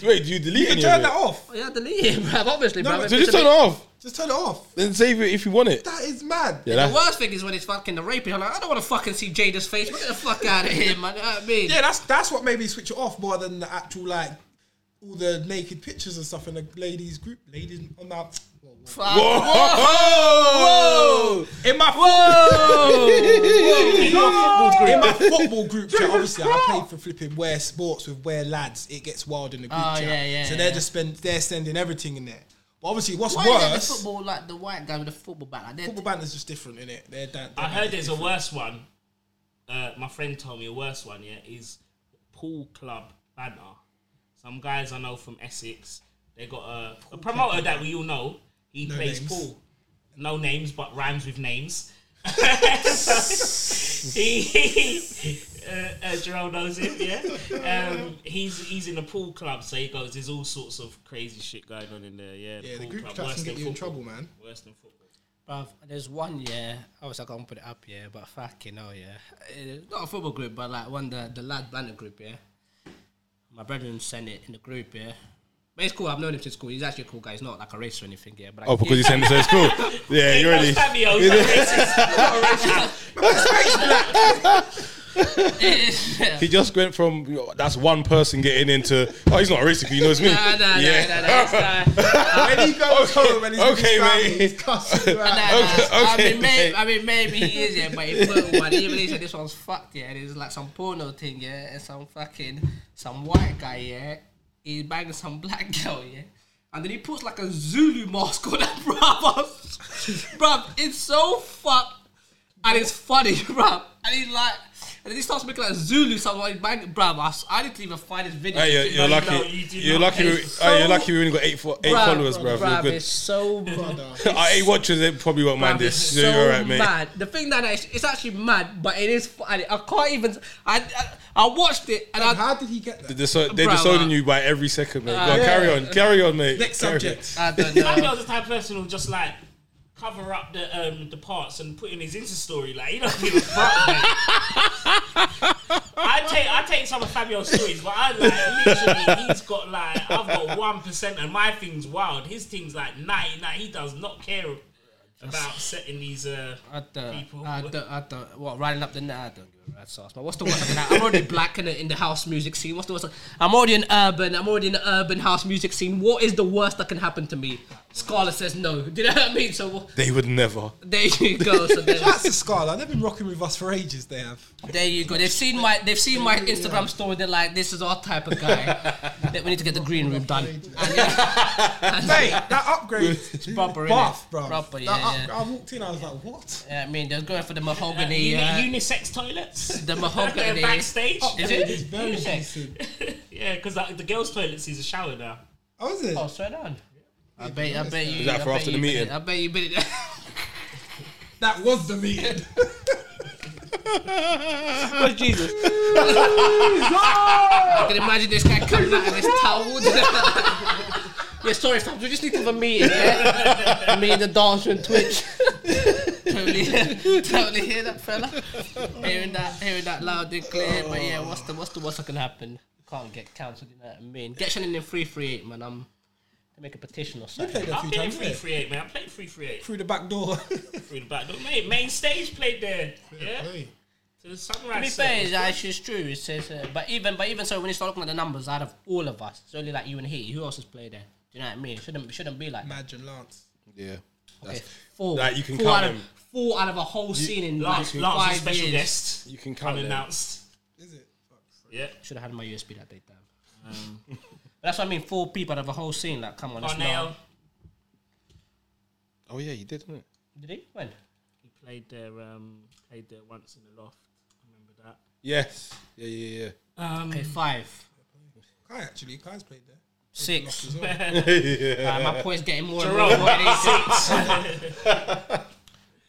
Speaker 6: Wait, do you delete
Speaker 2: You
Speaker 6: any
Speaker 2: turn
Speaker 6: of it?
Speaker 2: that off.
Speaker 4: Oh, yeah, delete it, bruv, Obviously,
Speaker 2: No,
Speaker 4: bruv.
Speaker 2: but
Speaker 6: So
Speaker 4: It's a
Speaker 6: just turn it
Speaker 4: bit-
Speaker 6: off.
Speaker 2: Just turn it off.
Speaker 6: Then save it if you want it.
Speaker 2: That is mad.
Speaker 4: The
Speaker 6: Yeah, that's,
Speaker 4: worst thing is when it's fucking the raping. I'm like, I don't want to fucking see Jada's face. Get the fuck out of here, man. You know what I mean?
Speaker 2: Yeah, that's that's what made me switch it off more than the actual like all the naked pictures and stuff in the ladies group. Ladies on that.
Speaker 4: Fuck. Oh!
Speaker 6: Whoa!
Speaker 2: Oh! In my football, in my football group chat, obviously I played for flipping where sports with where lads. It gets wild in the group
Speaker 4: Oh,
Speaker 2: chat,
Speaker 4: yeah, yeah,
Speaker 2: so they're
Speaker 4: yeah.
Speaker 2: just spend they're sending everything in there. But obviously, what's
Speaker 4: Why is it the
Speaker 2: worse? Football,
Speaker 4: football like the white guy with the football bat? Like, they're-
Speaker 2: banners just different in it. They're, dan-
Speaker 5: I
Speaker 2: they're
Speaker 5: heard there's a worse one. Uh, my friend told me a worse one, yeah, is pool club banner. Some guys I know from Essex, they got a, a promoter that we all know. He
Speaker 2: No
Speaker 5: plays
Speaker 2: names.
Speaker 5: pool. No names, but rhymes with names. So, he, uh, uh, Jerome knows him, yeah. Um, he's he's in a pool club, so he goes. There's all sorts of crazy shit going on in there, yeah.
Speaker 2: Yeah, the
Speaker 5: pool
Speaker 2: group
Speaker 5: club,
Speaker 2: chats
Speaker 5: worse
Speaker 2: can get
Speaker 5: than
Speaker 2: you in
Speaker 5: football.
Speaker 2: trouble, man.
Speaker 5: Worse than football.
Speaker 4: Bruv, there's one year, obviously I can't put it up here, but fucking hell, yeah. Eh, Not a football group, but like one the, the lad banner group, yeah. My brethren sent it in the group, yeah. But it's cool, I've known him since school. He's actually a cool guy, he's not like a racist or anything, yeah. But I
Speaker 6: Oh, because you
Speaker 4: he's
Speaker 6: sent it to school. Yeah, you already.
Speaker 5: Fabio, he's a racist.
Speaker 6: He just went from you know, that's one person getting into. Oh, he's not a racist. 'cause He knows me.
Speaker 4: Nah, nah,
Speaker 6: yeah.
Speaker 4: nah, nah, nah, it's, uh,
Speaker 2: When he goes
Speaker 6: Okay,
Speaker 2: home and he's
Speaker 6: okay,
Speaker 2: okay,
Speaker 6: mate.
Speaker 2: he's cussing you out.
Speaker 4: nah, nah.
Speaker 6: Okay,
Speaker 4: I,
Speaker 6: okay,
Speaker 4: mean, maybe,
Speaker 6: mate.
Speaker 4: I mean, maybe he is, yeah, but he put one. Even he said this one's fucked, yeah. And it's like some porno thing, yeah, and some fucking some white guy, yeah. He's banging some black girl, yeah. And then he puts like a Zulu mask on that brother. bruv, it's so fucked. And it's funny, bruv. And he's like, and then he starts making like Zulu someone banging, bruv. I, s- I didn't even find his video.
Speaker 6: Hey, you're, you're
Speaker 5: No,
Speaker 6: lucky.
Speaker 5: no, you do
Speaker 6: You are
Speaker 5: not.
Speaker 6: lucky. we-
Speaker 4: It's
Speaker 6: oh, you're
Speaker 4: so-
Speaker 6: lucky. We only got eight, fo- eight
Speaker 4: Bruv,
Speaker 6: followers, bruv.
Speaker 4: bruv,
Speaker 6: You're
Speaker 4: it's so mad.
Speaker 6: good. Our eight watchers, they probably won't mind
Speaker 4: It's
Speaker 6: this.
Speaker 4: so
Speaker 6: you're alright, mate.
Speaker 4: mad. The thing that is, it's actually mad, but it is funny. I can't even. I I, I watched it and I.
Speaker 2: How did he get that?
Speaker 6: They're, so, they're
Speaker 4: Bruv,
Speaker 6: disowning
Speaker 4: uh,
Speaker 6: you by every second, mate. Go on,
Speaker 4: yeah.
Speaker 6: carry on, carry on, mate.
Speaker 2: Next
Speaker 6: Carry on.
Speaker 2: subject.
Speaker 4: I don't know.
Speaker 5: Fabio's the type of person who'll just like cover up the um, the parts and put in his Insta story. Like he don't give a fuck. mate. I take I take some of Fabio's stories, but I like literally he's got like I've got one percent and my thing's wild. His thing's like ninety nine. He does not care about setting these uh
Speaker 4: I don't.
Speaker 5: people.
Speaker 4: I don't. I don't. What riding up the net? I don't give a Red sauce, man. What's the worst? I can- I'm already black in the, in the house music scene. What's the worst? I'm already in urban. I'm already in the urban house music scene. What is the worst that can happen to me? Scarlett says no. Do you know what I mean? So
Speaker 6: They would never.
Speaker 4: there you go. So there-
Speaker 2: That's a Scarlet. They've been rocking with us for ages. They have.
Speaker 4: There you go. They've seen my they've seen my Instagram story. They're like, this is our type of guy. that we need to get the green room done. And, yeah. And-
Speaker 2: Mate, that upgrade. it's
Speaker 4: proper, innit?
Speaker 2: Bath, bro.
Speaker 4: Proper, yeah,
Speaker 2: that
Speaker 4: yeah.
Speaker 2: I walked in, I was like, what?
Speaker 4: yeah, I mean, they're going for the
Speaker 5: Uh,
Speaker 4: mahogany.
Speaker 5: uni-
Speaker 4: uh,
Speaker 5: unisex toilets.
Speaker 4: the mahogany.
Speaker 5: backstage.
Speaker 4: Is
Speaker 2: Upgrade is
Speaker 4: it?
Speaker 2: very
Speaker 4: Unisex.
Speaker 2: decent.
Speaker 5: yeah, because like, the girls' toilets is a shower now.
Speaker 2: Oh, is it?
Speaker 4: Oh, straight on. I bet, I bet you.
Speaker 6: Is that
Speaker 4: I
Speaker 6: for
Speaker 4: bet
Speaker 6: after
Speaker 4: you been-
Speaker 6: the meeting?
Speaker 4: I bet you been.
Speaker 2: That was the meeting.
Speaker 8: Where's Jesus?
Speaker 4: I can imagine this guy coming out of this towel. yeah, sorry, fam. We just need to have a meeting. Yeah? Me and the dancer and Twitch. totally, totally hear that fella. Hearing that, hearing that loud and clear. But yeah, what's the what's the worst that can happen? Can't get cancelled. You know what I mean? Get Shannon in three three eight, man. I'm to make a petition or something.
Speaker 2: played a
Speaker 5: I
Speaker 2: few
Speaker 5: played in
Speaker 2: times there.
Speaker 5: 338, man. I played 338
Speaker 2: Through the back door.
Speaker 5: through the back door. Mate, main stage played there. Yeah.
Speaker 2: Hey.
Speaker 5: To
Speaker 4: To
Speaker 5: the
Speaker 4: be
Speaker 5: sunrise.
Speaker 4: fair,
Speaker 5: set.
Speaker 4: it's, actually, it's true. It says, uh, but even but even so, when you start looking at the numbers out of all of us, it's only like you and he. Who else has played there? Do you know what I mean? It shouldn't shouldn't be like that.
Speaker 2: Madge and Lance.
Speaker 6: Yeah.
Speaker 4: Okay,
Speaker 6: That's-
Speaker 4: four.
Speaker 6: Like, you can
Speaker 4: four
Speaker 6: count
Speaker 4: out of,
Speaker 6: them.
Speaker 4: Four out of a whole scene in
Speaker 5: Lance,
Speaker 4: like
Speaker 5: Lance, a
Speaker 4: five
Speaker 5: special
Speaker 4: years.
Speaker 5: guest.
Speaker 6: You can count them.
Speaker 5: Unannounced.
Speaker 2: Is it?
Speaker 5: Yeah.
Speaker 4: Should have had my USB that day, damn. But that's what I mean. Four people out of a whole scene. Like, come on, that's
Speaker 5: Parnell.
Speaker 4: not.
Speaker 6: Oh yeah, you did, didn't it?
Speaker 4: Did he? When?
Speaker 5: He played there. Um, played there once in the loft. I remember that.
Speaker 6: Yes. Yeah, yeah,
Speaker 5: Um,
Speaker 4: Okay, five,
Speaker 2: Kai actually, Kai's played there.
Speaker 4: six.
Speaker 2: As well.
Speaker 4: Like, my point's getting more and more.
Speaker 5: Jerome.
Speaker 4: what it is.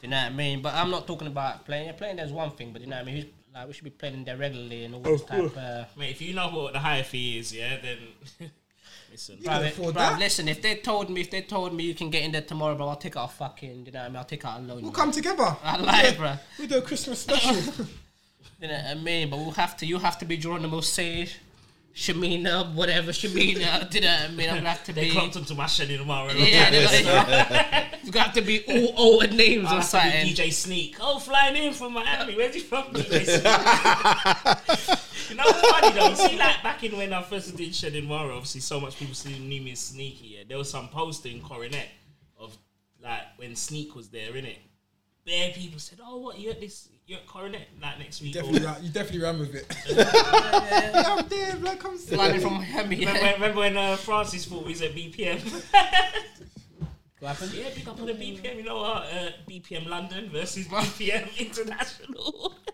Speaker 4: you know what I mean? But I'm not talking about playing. Yeah, playing there's one thing, but you know what I mean. Who's, like we should be playing there regularly and all this type. Uh,
Speaker 5: Mate, if you know what the higher fee is, yeah, then listen.
Speaker 2: can
Speaker 4: Bruv,
Speaker 2: afford
Speaker 4: bruv,
Speaker 2: that.
Speaker 4: listen, if they told me, if they told me you can get in there tomorrow, bro, I'll take out a fucking, you know what I mean? I'll take out a loan.
Speaker 2: We'll
Speaker 4: bro.
Speaker 2: come together.
Speaker 4: I like, bro.
Speaker 2: We do a Christmas special.
Speaker 4: You know what I mean? But we'll have to, you have to be Geronimo Sage, Shamina, whatever, Shamina. do you know what I mean? I'm gonna have to
Speaker 5: They
Speaker 4: be.
Speaker 5: clumped him to my shedding tomorrow.
Speaker 4: Yeah, they're like- it's gonna have to be all old names
Speaker 5: I'll
Speaker 4: or
Speaker 5: have to be
Speaker 4: something.
Speaker 5: DJ Sneak. Oh, flying in from Miami. Where's he from? DJ Sneak. you know what's funny though? See, like back in when I first did Shedding Mara, obviously so much people still knew me as Sneaky. Yeah? There was some poster in Coronet of like when Sneak was there, innit? Bare people said, "Oh, what you at this? You at Coronet like next week?" Or,
Speaker 2: definitely, ran, you definitely ran with it. yeah, I'm there, blood. Come see.
Speaker 4: Flying from Miami. yeah.
Speaker 5: remember, remember when uh, Francis thought we was at BPM?
Speaker 4: What happened?
Speaker 5: Yeah, pick up on the BPM. You know what? Uh, BPM London versus BPM International.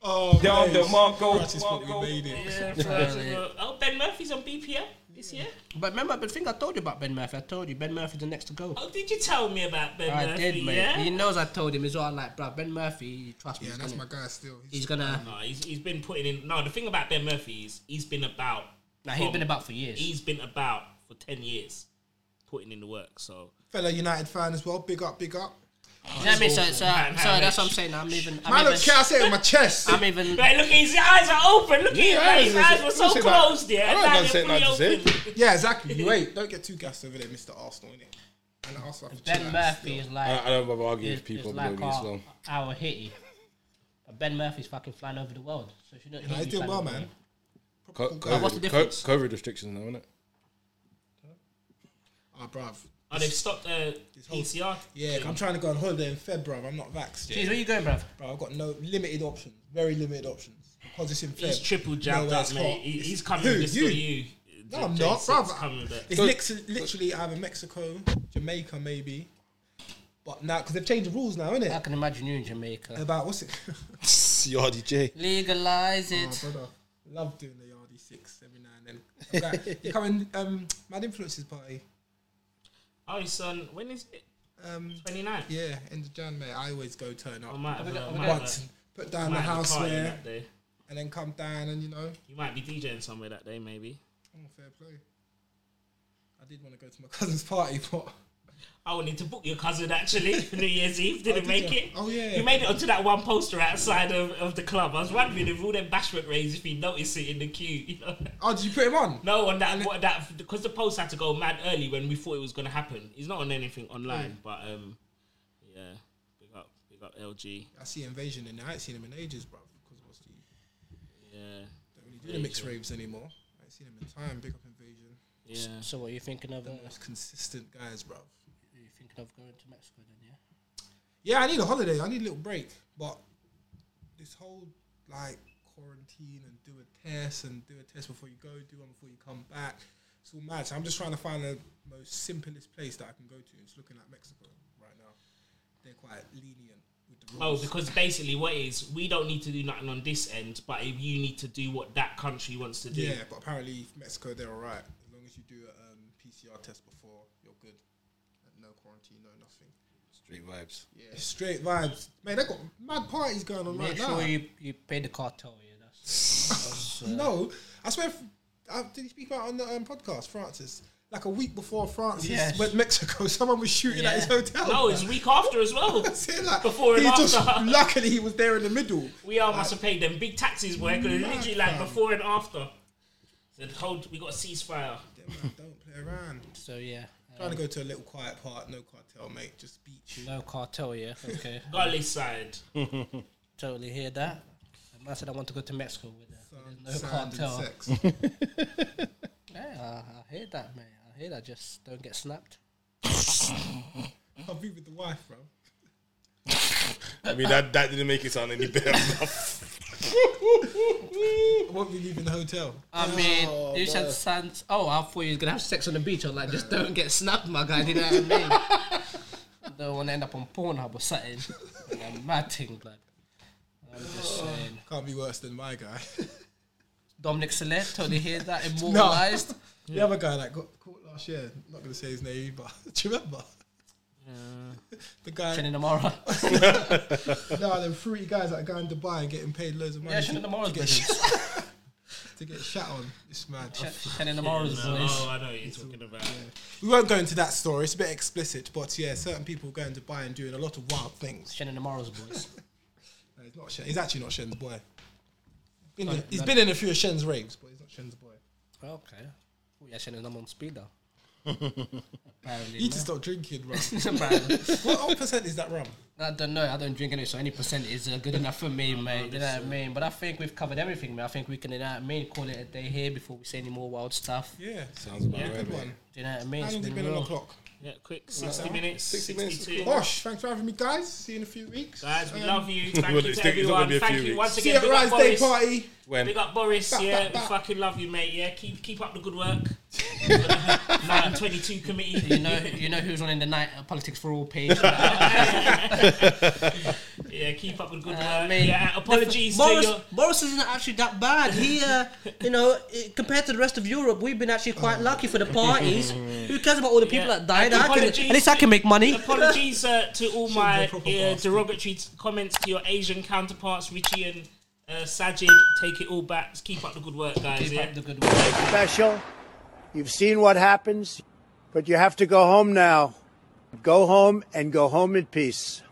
Speaker 2: Oh,
Speaker 9: Down
Speaker 2: mate.
Speaker 9: the Marco,
Speaker 2: Francis thought we
Speaker 9: Marco.
Speaker 2: made it.
Speaker 5: yeah, France as well. oh, Ben Murphy's on BPM this year.
Speaker 4: But remember the thing I told you about Ben Murphy. I told you Ben Murphy's the next to go.
Speaker 5: Oh, did you tell me about Ben
Speaker 4: I
Speaker 5: Murphy?
Speaker 4: did, mate.
Speaker 5: Yeah.
Speaker 4: He knows I told him as well. Like, bro, Ben Murphy, you trust me.
Speaker 2: Yeah,
Speaker 4: he's
Speaker 2: that's
Speaker 4: gonna-
Speaker 2: my guy still. He's
Speaker 4: He's gonna.
Speaker 5: No, he's, he's been putting in. No, the thing about Ben Murphy is he's been about.
Speaker 4: Nah, he's
Speaker 5: from-
Speaker 4: been about for years.
Speaker 5: He's been about for ten years, putting in the work. So
Speaker 2: fellow United fan as well. Big up, big up.
Speaker 4: you know what I mean? So, so, so
Speaker 5: Man, man,
Speaker 4: Uh, that's what I'm
Speaker 5: man.
Speaker 4: saying. I'm even. I'm
Speaker 2: Man, I
Speaker 4: even.
Speaker 2: don't care. I say it with my chest.
Speaker 4: I'm even
Speaker 5: Like, look, his eyes are open. Look
Speaker 6: Yeah,
Speaker 5: at his,
Speaker 6: eyes
Speaker 5: eyes
Speaker 6: is-
Speaker 5: were
Speaker 6: you
Speaker 5: so
Speaker 6: see that?
Speaker 5: closed. Yeah,
Speaker 6: I don't
Speaker 5: now
Speaker 6: know,
Speaker 5: they're
Speaker 6: say it,
Speaker 5: fully
Speaker 6: that's
Speaker 5: open.
Speaker 2: Yeah, exactly. You wait. Don't get too gassed over there, Mr. Arsenal, innit? And Arsenal have to chill
Speaker 4: Ben
Speaker 2: out
Speaker 4: Murphy
Speaker 2: still.
Speaker 4: is
Speaker 6: I,
Speaker 4: like.
Speaker 6: I don't bother arguing
Speaker 4: Is,
Speaker 6: with people
Speaker 4: is like
Speaker 6: below me as
Speaker 4: our,
Speaker 6: well.
Speaker 4: our hitty. But Ben Murphy's fucking flying over the world. So she don't.
Speaker 2: Nah,
Speaker 4: hit
Speaker 2: he's
Speaker 4: you
Speaker 2: doing
Speaker 4: flying over
Speaker 2: well,
Speaker 4: the
Speaker 2: man.
Speaker 4: world.
Speaker 6: Co-
Speaker 4: Uh, what's the
Speaker 6: COVID, co-
Speaker 4: difference?
Speaker 6: COVID restrictions now, isn't it?
Speaker 2: Ah, bruv.
Speaker 5: Oh, they've stopped uh,
Speaker 2: whole-
Speaker 5: PCR.
Speaker 2: Yeah, I'm trying to go on holiday in Feb, bruv. I'm not vaxxed
Speaker 4: Jeez,
Speaker 2: yet.
Speaker 4: where you going, bruv?
Speaker 2: Bro, I've got no limited options. Very limited options. Because it's in Feb.
Speaker 5: He's triple jabbed
Speaker 2: nowhere's
Speaker 5: up, mate.
Speaker 2: hot.
Speaker 5: He- He's
Speaker 2: It's-
Speaker 5: coming
Speaker 2: Who?
Speaker 5: just for you.
Speaker 2: No,
Speaker 5: The
Speaker 2: I'm not,
Speaker 5: J6
Speaker 2: brother.
Speaker 5: coming back.
Speaker 2: It's literally, literally either Mexico, Jamaica, maybe. But now, because they've changed the rules now, innit?
Speaker 4: I can imagine you in Jamaica.
Speaker 2: About what's it?
Speaker 6: CRDJ.
Speaker 4: Legalize
Speaker 2: oh,
Speaker 4: it.
Speaker 2: brother. Love doing the Yardie six every now and then. I'm glad- You're coming, um, Mad Influences Party.
Speaker 5: Oh, son, when is it?
Speaker 2: Um,
Speaker 5: 29th?
Speaker 2: yeah, end of Jan, mate. I always go turn
Speaker 5: I
Speaker 2: up.
Speaker 5: might have, uh, might have,
Speaker 2: Once,
Speaker 5: uh,
Speaker 2: put down
Speaker 5: might
Speaker 2: the
Speaker 5: have a party
Speaker 2: houseware,
Speaker 5: that day.
Speaker 2: and then come down and, you know,
Speaker 5: You might be DJing somewhere that day, maybe.
Speaker 2: oh, fair play. I did want to go to my cousin's party, but.
Speaker 5: I wanted to book your cousin actually for New Year's Eve. Didn't
Speaker 2: did
Speaker 5: make
Speaker 2: you?
Speaker 5: it.
Speaker 2: Oh, yeah.
Speaker 5: You made it onto that one poster outside of, of the club. I was wondering if all them bashment rays if he noticed it in the queue. You know?
Speaker 2: Oh, did you put him on?
Speaker 5: No, on that what, that because the post had to go mad early when we thought it was gonna happen. He's not on anything online,
Speaker 2: Mm.
Speaker 5: but um, yeah, big up, big up LG.
Speaker 2: I see Invasion in there. I ain't seen him in ages, bro.
Speaker 5: Yeah.
Speaker 2: Don't really do the mixed raves anymore. I ain't seen them in time. Big up Invasion.
Speaker 5: Yeah.
Speaker 4: So what are you thinking of? Uh,
Speaker 2: The most consistent guys, bro.
Speaker 4: you thinking of going to Mexico then? Yeah.
Speaker 2: Yeah, I need a holiday. I need a little break. But this whole like quarantine and do a test and do a test before you go, do one before you come back. It's all mad. So I'm just trying to find the most simplest place that I can go to. It's looking like Mexico right now. They're quite lenient with the
Speaker 5: Oh,
Speaker 2: rules.
Speaker 5: because basically what it is we don't need to do nothing on this end, but if you need to do what that country wants to do.
Speaker 2: yeah, but apparently Mexico they're all right as long as you do a um, PCR test before you're good. And no quarantine, no nothing.
Speaker 6: Street vibes.
Speaker 2: Yeah, straight vibes, man. They got mad parties going on
Speaker 4: Make
Speaker 2: right
Speaker 4: sure
Speaker 2: now.
Speaker 4: you, you pay the cartel. Yeah. That's, uh,
Speaker 2: No, I swear. f- I, did he speak about it on the um, podcast, Francis? Like a week before Francis
Speaker 4: Yes.
Speaker 2: went Mexico, someone was shooting at his
Speaker 4: Yeah.
Speaker 2: hotel.
Speaker 5: No, it's week after as well.
Speaker 2: See, like,
Speaker 5: Before and
Speaker 2: he just
Speaker 5: after.
Speaker 2: luckily he was there in the middle.
Speaker 5: we all must have paid them big taxes, boy. Because
Speaker 2: Mad,
Speaker 5: literally like
Speaker 2: fam.
Speaker 5: before and after. Said hold, we got a ceasefire.
Speaker 2: Them man don't play around.
Speaker 4: so yeah. Uh,
Speaker 2: Trying to go to a little quiet part, no cartel, mate. Just beach.
Speaker 4: no cartel. Yeah. Okay.
Speaker 5: Gully side.
Speaker 4: totally hear that. Um, I said I want to go to Mexico with her.
Speaker 2: Sun,
Speaker 4: No
Speaker 2: sand and
Speaker 4: cartel.
Speaker 2: sex.
Speaker 4: Yeah, I, I hear that, man. I hear that. Just don't get snapped.
Speaker 2: I'll be with the wife, bro.
Speaker 6: I mean, that, that didn't make it sound any better.
Speaker 2: I won't be leaving the hotel.
Speaker 4: I mean, you said sans. Oh, I thought you were gonna have sex on the beach. I was like, just don't get snapped, my guy. Do you know what I mean? don't want to end up on Pornhub or something. Like, mad thing, blood. I'm just saying.
Speaker 2: Can't be worse than my guy.
Speaker 4: Dominic Select, totally hear that immortalized.
Speaker 2: The other guy that got caught last year, not going to say his name, but do you remember? the guy,
Speaker 4: Shannon Amara.
Speaker 2: no, them fruity guys that are going to Dubai and getting paid loads of money
Speaker 4: Yeah,
Speaker 2: to,
Speaker 4: Shannon Amara's good.
Speaker 2: to get shot on. It's mad.
Speaker 4: Shannon Amara's
Speaker 5: Oh,
Speaker 4: voice.
Speaker 5: I know what you're talking about.
Speaker 2: We won't go into that story, it's a bit explicit, but yeah, certain people going to Dubai and doing a lot of wild things.
Speaker 4: Shannon Amara's voice.
Speaker 2: No, he's, not Shen, he's actually not Shen's boy. Been in,
Speaker 4: Like,
Speaker 2: he's
Speaker 4: like-
Speaker 2: been in a few of Shen's raves, but he's not Shen's boy.
Speaker 4: Okay. Oh, yeah, Shannon's I'm on speed though. Apparently.
Speaker 2: You need
Speaker 4: no.
Speaker 2: to stop drinking rum.
Speaker 4: Apparently.
Speaker 2: what what percent is that rum?
Speaker 4: I don't know. I don't drink any, so any percent is uh, good enough for me, mate. You know what I mean? But I think we've covered everything, man. I think we can, you know what I mean, call it a day here before we say any more wild stuff. Do
Speaker 2: Yeah,
Speaker 6: Sounds about
Speaker 5: Yeah.
Speaker 6: right,
Speaker 2: good
Speaker 6: mate.
Speaker 2: one.
Speaker 4: you know what I mean?
Speaker 2: How
Speaker 4: It's
Speaker 2: long has it
Speaker 4: been
Speaker 2: been on
Speaker 4: real.
Speaker 2: the clock?
Speaker 5: Yeah, quick, 60 minutes,
Speaker 6: 60
Speaker 5: 60
Speaker 6: minutes,
Speaker 5: minutes.
Speaker 2: Bosh, thanks for having me, guys. See you in a few weeks.
Speaker 5: Guys, we
Speaker 2: Um,
Speaker 5: love you. Thank
Speaker 6: Well,
Speaker 5: you
Speaker 6: it's
Speaker 5: to
Speaker 6: taking- it's
Speaker 5: everyone.
Speaker 6: gonna be a
Speaker 5: Thank
Speaker 6: few
Speaker 5: you
Speaker 6: weeks.
Speaker 5: once
Speaker 2: See
Speaker 5: again.
Speaker 2: you at
Speaker 5: big up
Speaker 2: Rise Day
Speaker 5: Boris.
Speaker 2: Party.
Speaker 6: When?
Speaker 5: Big up Boris.
Speaker 2: Back,
Speaker 5: yeah,
Speaker 2: back, back.
Speaker 5: fucking love you, mate. Yeah, keep keep up the good work. Night and 22 committee.
Speaker 4: You know, you know who's running the night uh, politics for all page. you know what
Speaker 5: Yeah, keep up the good
Speaker 4: I
Speaker 5: work.
Speaker 4: mean?
Speaker 5: Yeah, apologies
Speaker 4: The f-
Speaker 5: to
Speaker 4: Boris,
Speaker 5: your.
Speaker 4: Boris isn't actually that bad. He, uh, you know, i- compared to the rest of Europe, we've been actually quite lucky for the parties. Who cares about all the people
Speaker 5: Yeah.
Speaker 4: that died? I can,
Speaker 5: Apologies
Speaker 4: at least I
Speaker 5: to-
Speaker 4: can make money.
Speaker 5: Apologies uh, to all my
Speaker 2: a proper
Speaker 5: uh,
Speaker 2: bastard.
Speaker 5: derogatory t- comments to your Asian counterparts, Richie and uh, Sajid. Take it all back. Keep up the good work, guys.
Speaker 4: Keep
Speaker 5: yeah.
Speaker 4: up the good work.
Speaker 9: special. You've seen what happens, but you have to go home now. Go home and go home in peace.